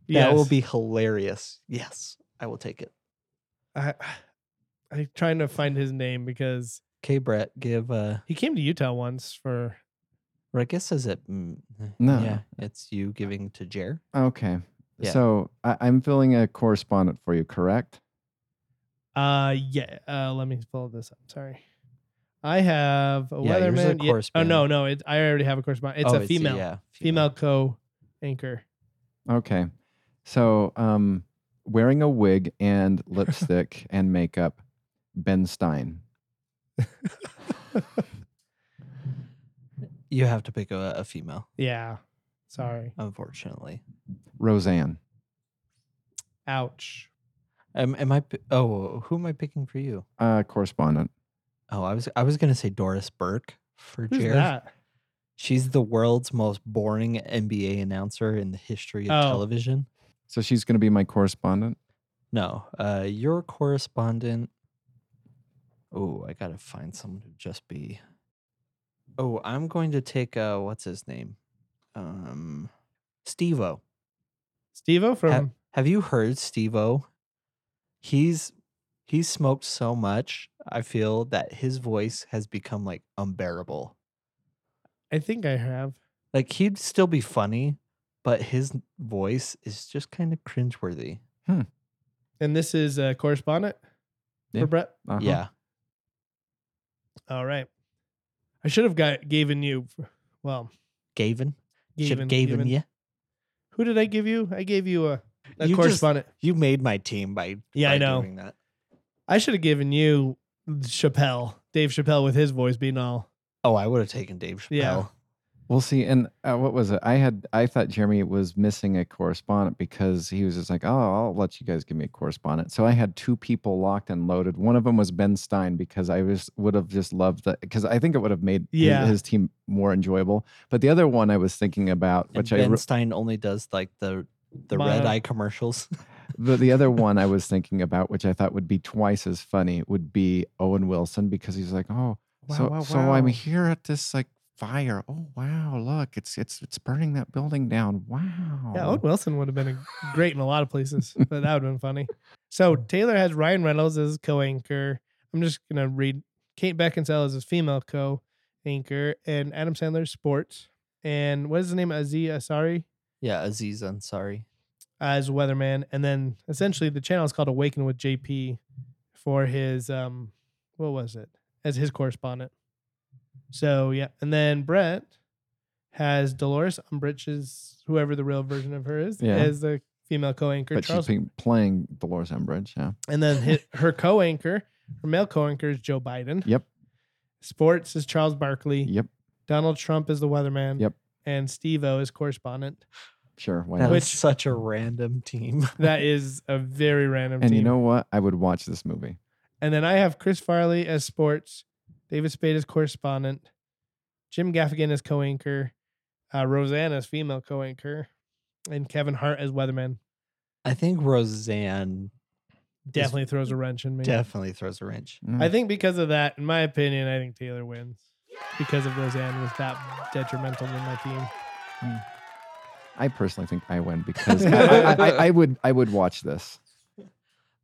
A: that will
B: Yes.
A: be hilarious. Yes, I will take it.
B: I, I'm trying to find his name because
A: Okay, Brett, give uh
B: he came to Utah once for.
A: or I guess is it mm,
C: No.
A: Yeah, it's you giving to Jer.
C: Okay.
A: Yeah.
C: So I, I'm filling a correspondent for you, correct?
B: Uh, yeah. Uh, let me pull this up. Sorry. I have a
A: Yeah, yours is a
B: weatherman. yeah- oh
A: correspondent.
B: no, no, it, I already have a correspondent. It's
A: Oh,
B: a female,
A: yeah,
B: female co-anchor.
C: Okay. So, um, wearing a wig and lipstick and makeup, Ben Stein.
A: You have to pick a, a female,
B: Yeah. Sorry.
A: unfortunately.
C: Roseanne.
B: Ouch.
A: Am, am I? p- Oh, who am I picking for you?
C: Uh, correspondent.
A: Oh, I was I was gonna say Doris Burke for
B: Who's
A: Jared.
B: that?
A: She's the world's most boring NBA announcer in the history of
B: Oh.
A: television.
C: So she's going to be my correspondent.
A: No, uh, your correspondent. Oh, I gotta find someone to just be. Oh, I'm going to take uh, what's his name, um, Stevo.
B: Stevo from
A: Have you heard Stevo? He's he's smoked so much. I feel that his voice has become like unbearable.
B: I think I have.
A: Like he'd still be funny, but his voice is just kind of cringeworthy.
B: And this is a correspondent
C: Yeah.
B: for Brett.
C: Uh-huh.
A: Yeah.
B: All right. I should have got given you well,
A: Gavin. Should
B: given,
A: Gavin, yeah.
B: Who did I give you? I gave you a, a
A: You just-
B: correspondent.
A: You made my team by
B: yeah, I
A: by
B: know.
A: doing that.
B: I should have given you Chappelle, Dave Chappelle with his voice being all
A: Oh, I would have taken Dave Chappelle.
B: Yeah.
C: We'll see. And uh, what was it? I had I thought Jeremy was missing a correspondent because he was just like, "Oh, I'll let you guys give me a correspondent." So I had two people locked and loaded. One of them was Ben Stein because I was would have just loved that because I think it would have made his-
B: Yeah.
C: his, team more enjoyable. But the other one I was thinking about,
A: And
C: which I
A: ben
C: re-
A: Stein only does like the the
B: My-
A: red eye commercials.
C: the, the other one I was thinking about, which I thought would be twice as funny, would be Owen Wilson because he's like, "Oh, so so I'm here at this like." Fire! Oh wow! Look, it's it's it's burning that building down. Wow!
B: Yeah, Owen Wilson would have been a, great in a lot of places, but that would have been funny. So Taylor has Ryan Reynolds as his co-anchor. I'm just gonna read Kate Beckinsale as his female co-anchor, and Adam Sandler sports. And what is the name? Aziz Asari
A: yeah, Aziz Ansari.
B: as weatherman, and then essentially the channel is called Awaken with JP for his um, what was it? As his correspondent. So yeah, and then Brett has Dolores Umbridge's whoever the real version of her is
C: Yeah.
B: as the female co-anchor.
C: But
B: Charles
C: she's been playing Dolores Umbridge. Yeah.
B: And then his, her co-anchor, her male co-anchor is Joe Biden.
C: Yep.
B: Sports is Charles Barkley.
C: Yep.
B: Donald Trump is the weatherman.
C: Yep.
B: And Steve O is correspondent.
C: Sure. Why
A: That
C: not?
A: was
B: Which-
A: such a random team.
B: That is a very random
C: And
B: team.
C: you know what? I would watch this movie.
B: and then I have Chris Farley as sports, David Spade as correspondent, Jim Gaffigan as co-anchor, uh, Roseanne as female co-anchor, and Kevin Hart as weatherman.
A: I think Roseanne
B: Definitely throws a wrench in me.
A: definitely throws a wrench.
C: Mm.
B: I think because of that, in my opinion, I think Taylor wins because of Roseanne was that detrimental to my team.
C: I personally think I win because I, I, I, I would I would watch this.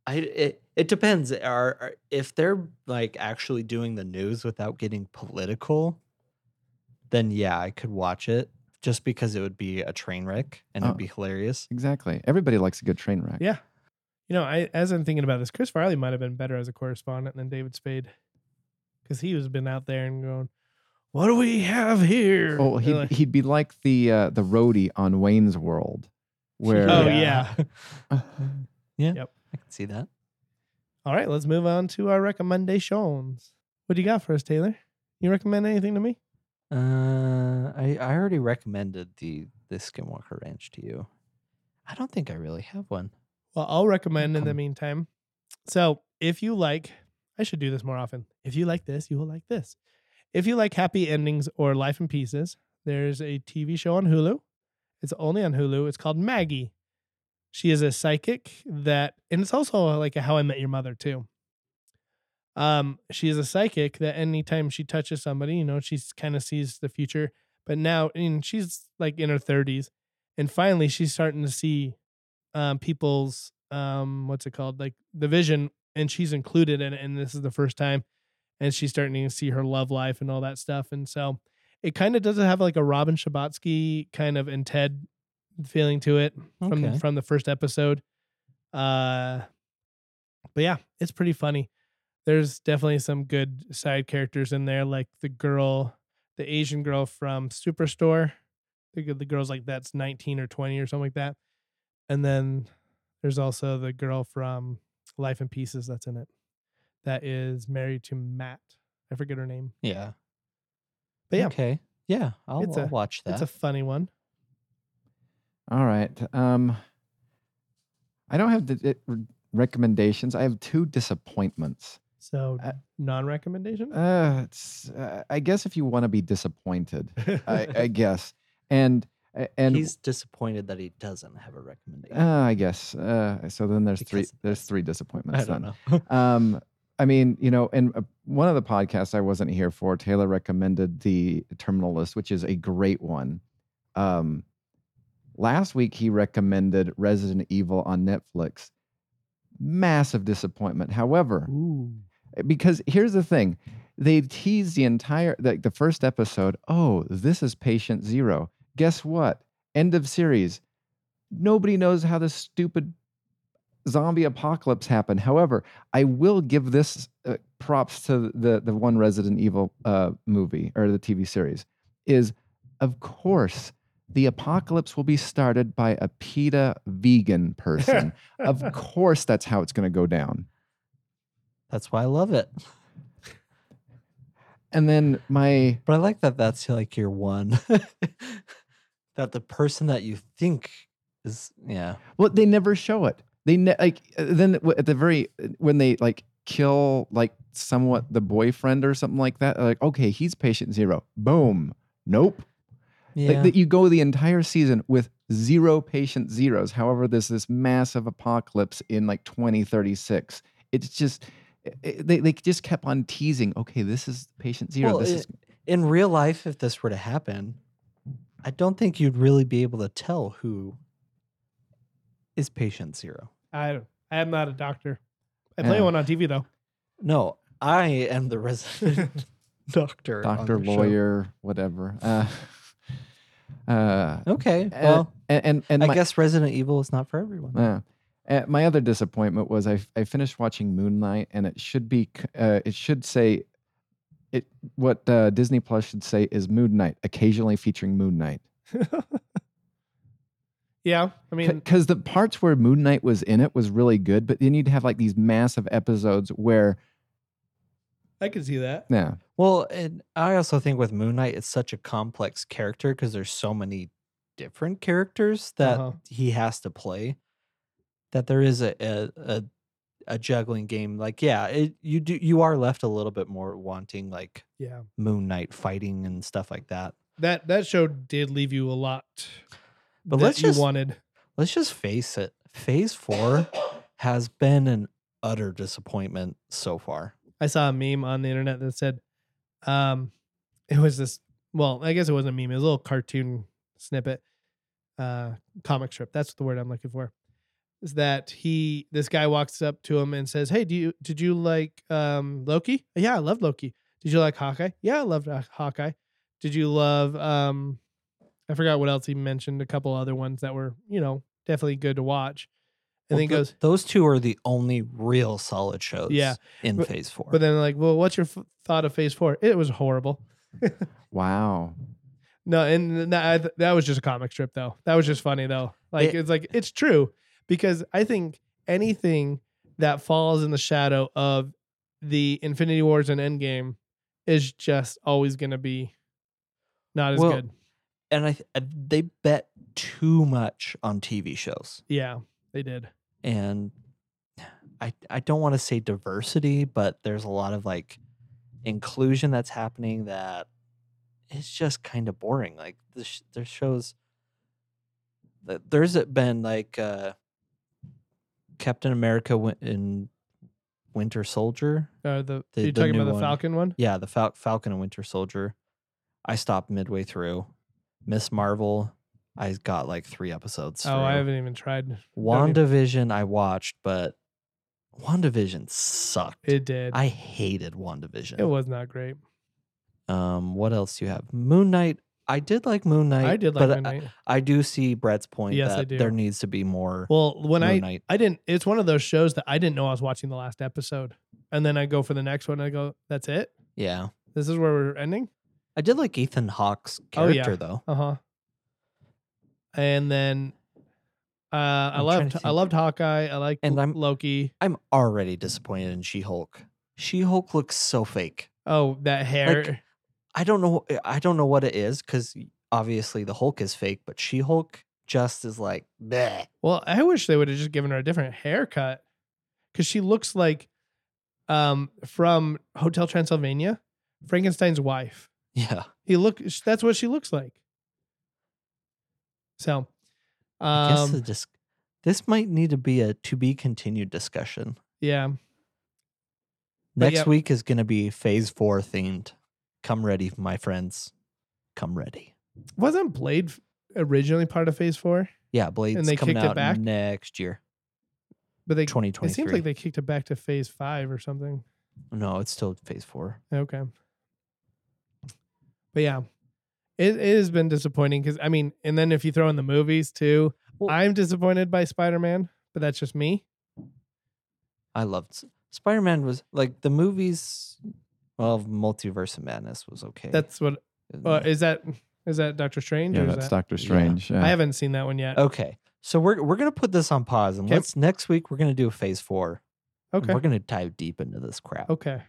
A: I it, it depends. Are, are if they're like actually doing the news without getting political, then yeah, I could watch it just because it would be a train wreck and
C: Oh.
A: it'd be hilarious.
C: Exactly. Everybody likes a good train wreck.
B: Yeah. You know, I as I'm thinking about this, Chris Farley might have been better as a correspondent than David Spade because he was been out there and going, "What do we have here?"
C: Oh,
B: They're
C: he'd,
B: like,
C: he'd be like the uh, the roadie on Wayne's World, where
B: Oh, yeah.
A: yeah. yeah.
B: Yep.
A: I can see that.
B: All right, let's move on to our recommendations. What do you got for us, Taylor? You recommend anything to me?
A: Uh, I I already recommended the the Skinwalker Ranch to you. I don't think I really have one.
B: Well, I'll recommend in the
A: Welcome.
B: meantime. So, if you like, I should do this more often. If you like this, you will like this. If you like happy endings or life in pieces, there's a TV show on Hulu. It's only on Hulu. It's called Maggie. She is a psychic that, and it's also like a How I Met Your Mother too. Um, she is a psychic that anytime she touches somebody, you know, she kind of sees the future. But now, and she's like in her thirties, and finally, she's starting to see um, people's um, what's it called, like the vision, and she's included in it. And this is the first time, and she's starting to see her love life and all that stuff. And so, it kind of does have like a Robin Shabotsky kind of and Ted feeling to it from
A: Okay.
B: from the first episode. Uh, but yeah, it's pretty funny. there's definitely some good side characters in there, like the girl, the Asian girl from Superstore. The, g- the girl's like that's 19 or 20 or something like that. And then there's also the girl from Life in Pieces that's in it. That is married to Matt. I forget her name.
A: Yeah.
B: But yeah,
A: Okay. Yeah, I'll,
B: It's
A: I'll
B: a-
A: watch that.
B: it's a funny one.
C: All right. Um, I don't have the, it, r- recommendations. I have two disappointments.
B: So
C: Uh,
B: non recommendation.
C: Uh, it's, uh, I guess if you want to be disappointed, I, I guess. And a- and
A: He's disappointed that he doesn't have a recommendation.
C: uh, I guess. Uh, so then there's three.
A: Because of
C: There's
A: this.
C: three
A: I
C: disappointments.
A: don't
C: then.
A: know.
C: Um, I mean, you know, and uh, one of the podcasts I wasn't here for, Taylor recommended the Terminal List, which is a great one. Um, last week he recommended Resident Evil on Netflix. Massive disappointment. However,
B: Ooh.
C: because here's the thing they tease the entire like the first episode oh this is patient zero guess what end of series nobody knows how this stupid zombie apocalypse happened however i will give this uh, props to the the one resident evil uh, movie or the tv series is of course the apocalypse will be started by a peta vegan person of course that's how it's going to go down
A: That's why I love it.
C: and then my
A: But I like that that's like your one. that the person that you think is, yeah.
C: Well, they never show it. They ne- like uh, then w- at the very uh, when they like kill like somewhat the boyfriend or something like that. Like okay, he's patient zero. Boom. Nope.
A: Yeah.
C: Like that you go the entire season with zero patient zeros. However, there's this massive apocalypse in like 2036. It's just i- i- they they just kept on teasing. Okay, this is patient zero.
A: Well,
C: this
A: i-
C: is
A: in real life, if this were to happen, I don't think you'd really be able to tell who is patient zero.
B: I don't, I am not a doctor. I play
C: Yeah.
B: one on TV though.
A: No, I am the resident doctor. on
C: doctor,
A: the show.
C: lawyer, whatever. Uh, uh,
A: Okay.
C: a-
A: Well,
C: and and, and
A: I
C: my-
A: guess Resident Evil is not for everyone.
C: Yeah. Uh, my other disappointment was I, f- I finished watching Moon Knight, and it should be c- uh, it should say it what uh, Disney Plus should say is Moon Knight, occasionally featuring Moon Knight,
B: Yeah, I mean,
C: because the parts where Moon Knight was in it was really good, but then you'd have like these massive episodes where
B: I could see that.
C: yeah,
A: Well, and I also think with Moon Knight, it's such a complex character because there's so many different characters that
B: Uh-huh.
A: he has to play that there is a a, a, a juggling game. Like, yeah, it, you do you are left a little bit more wanting like
B: Yeah,
A: Moon Knight fighting and stuff like that.
B: that that show did leave you a lot.
A: But
B: that
A: let's
B: you
A: just
B: wanted.
A: let's just face it. Phase four has been an utter disappointment so far.
B: I saw a meme on the internet that said, um, it was this. Well, I guess it wasn't a meme. It was a little cartoon snippet, uh, comic strip. That's the word I'm looking for. Is that he? This guy walks up to him and says, "Hey, do you did you like um Loki? Yeah, I loved Loki. Did you like Hawkeye? Yeah, I loved Haw- Hawkeye. Did you love um? I forgot what else he mentioned. A couple other ones that were you know definitely good to watch. And
A: Well,
B: then he
A: tho-
B: goes,
A: those two are the only real solid shows
B: Yeah,
A: in
B: but-
A: phase four.
B: but then like, well, what's your f- thought of Phase Four? It was horrible.
C: wow,
B: No, and th- that I th- that was just a comic strip though. That was just funny though. Like
A: It-
B: it's like it's true because I think anything that falls in the shadow of the Infinity Wars and Endgame is just always going to be not as
A: Well-
B: good.
A: and I, th- I they bet too much on TV shows,
B: Yeah, they did.
A: and I I don't want to say diversity, but there's a lot of like inclusion that's happening that it's just kind of boring. Like the sh- their shows, th- there's been like uh, Captain America win- in Winter Soldier.
B: Uh, the,
A: The-
B: you
A: the
B: talking
A: new
B: about the
A: one.
B: Falcon one?
A: Yeah, the Fal- Falcon and Winter Soldier. I stopped midway through. Miss Marvel, I got like three episodes.
B: Oh, I
A: through.
B: haven't even tried. don't even-
A: WandaVision I watched, but WandaVision sucked.
B: It did.
A: I hated WandaVision.
B: it was not great.
A: Um, what else do you have? Moon Knight. I did like Moon Knight.
B: I, did like
A: but
B: Moon
A: I-
B: Knight.
A: I, do see Brett's point
B: Yes, I
A: that
B: do.
A: there needs to be more
B: Well, when
A: Moon
B: I
A: Knight.
B: I didn't. It's one of those shows that I didn't know I was watching the last episode. and then I go for the next one. I go, that's it.
A: Yeah.
B: This is where we're ending.
A: I did like Ethan Hawke's
B: Oh, yeah.
A: character though.
B: Uh huh. And then uh, I
A: I'm trying to
B: loved I
A: think.
B: loved Hawkeye. I liked
A: And I'm-
B: Loki.
A: I'm already disappointed in She-Hulk. She-Hulk looks so fake.
B: Oh, that hair.
A: I don't know eh, I don't know what it is cuz obviously the Hulk is fake, but She-Hulk just is like bleh.
B: Well, I wish they would have just given her a different haircut because she looks like um from Hotel Transylvania, Frankenstein's wife.
A: Yeah.
B: He look sh- that's what she looks like. So, um,
A: I guess the dis- this might need to be a to be continued discussion.
B: yeah, But
A: Next
B: yeah.
A: week is going to be phase 4 themed. Come ready, my friends. Come ready.
B: wasn't Blade f- originally part of Phase Four,
A: Yeah, Blade's
B: they
A: coming
B: kicked it
A: out
B: back?
A: next year,
B: but they it
A: 2023.
B: seems like they kicked it back to Phase Five or something.
A: no, it's still phase 4.
B: Okay. But yeah, it, it has been disappointing because I mean, and then if you throw in the movies too,
A: Well-
B: I'm disappointed by Spider Man, but that's just me.
A: I loved Spider Man was like the movies. Well, Multiverse of Madness was okay.
B: That's what
A: isn't
B: uh,
A: it?
B: is that is that Doctor Strange?
C: Mm. Yeah,
B: or is
C: that's Oh,
B: that?
C: Doctor
A: Yeah.
C: Strange. Yeah.
B: I haven't seen that one yet.
A: okay. So we're we're gonna put this on pause and
B: Okay.
A: let's next week we're gonna do a phase four. and
B: Okay.
A: We're gonna dive deep into this crap
B: Okay.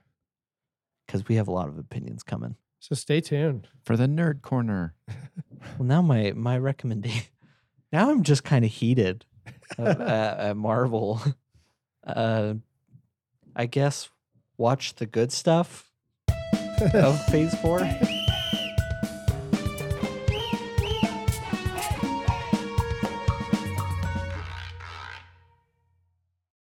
A: because we have a lot of opinions coming.
B: So stay tuned.
C: For the nerd corner.
A: Well, now my my recommendation. Now I'm just kind of heated at, at, at Marvel. Uh, I guess watch the good stuff of Phase Four.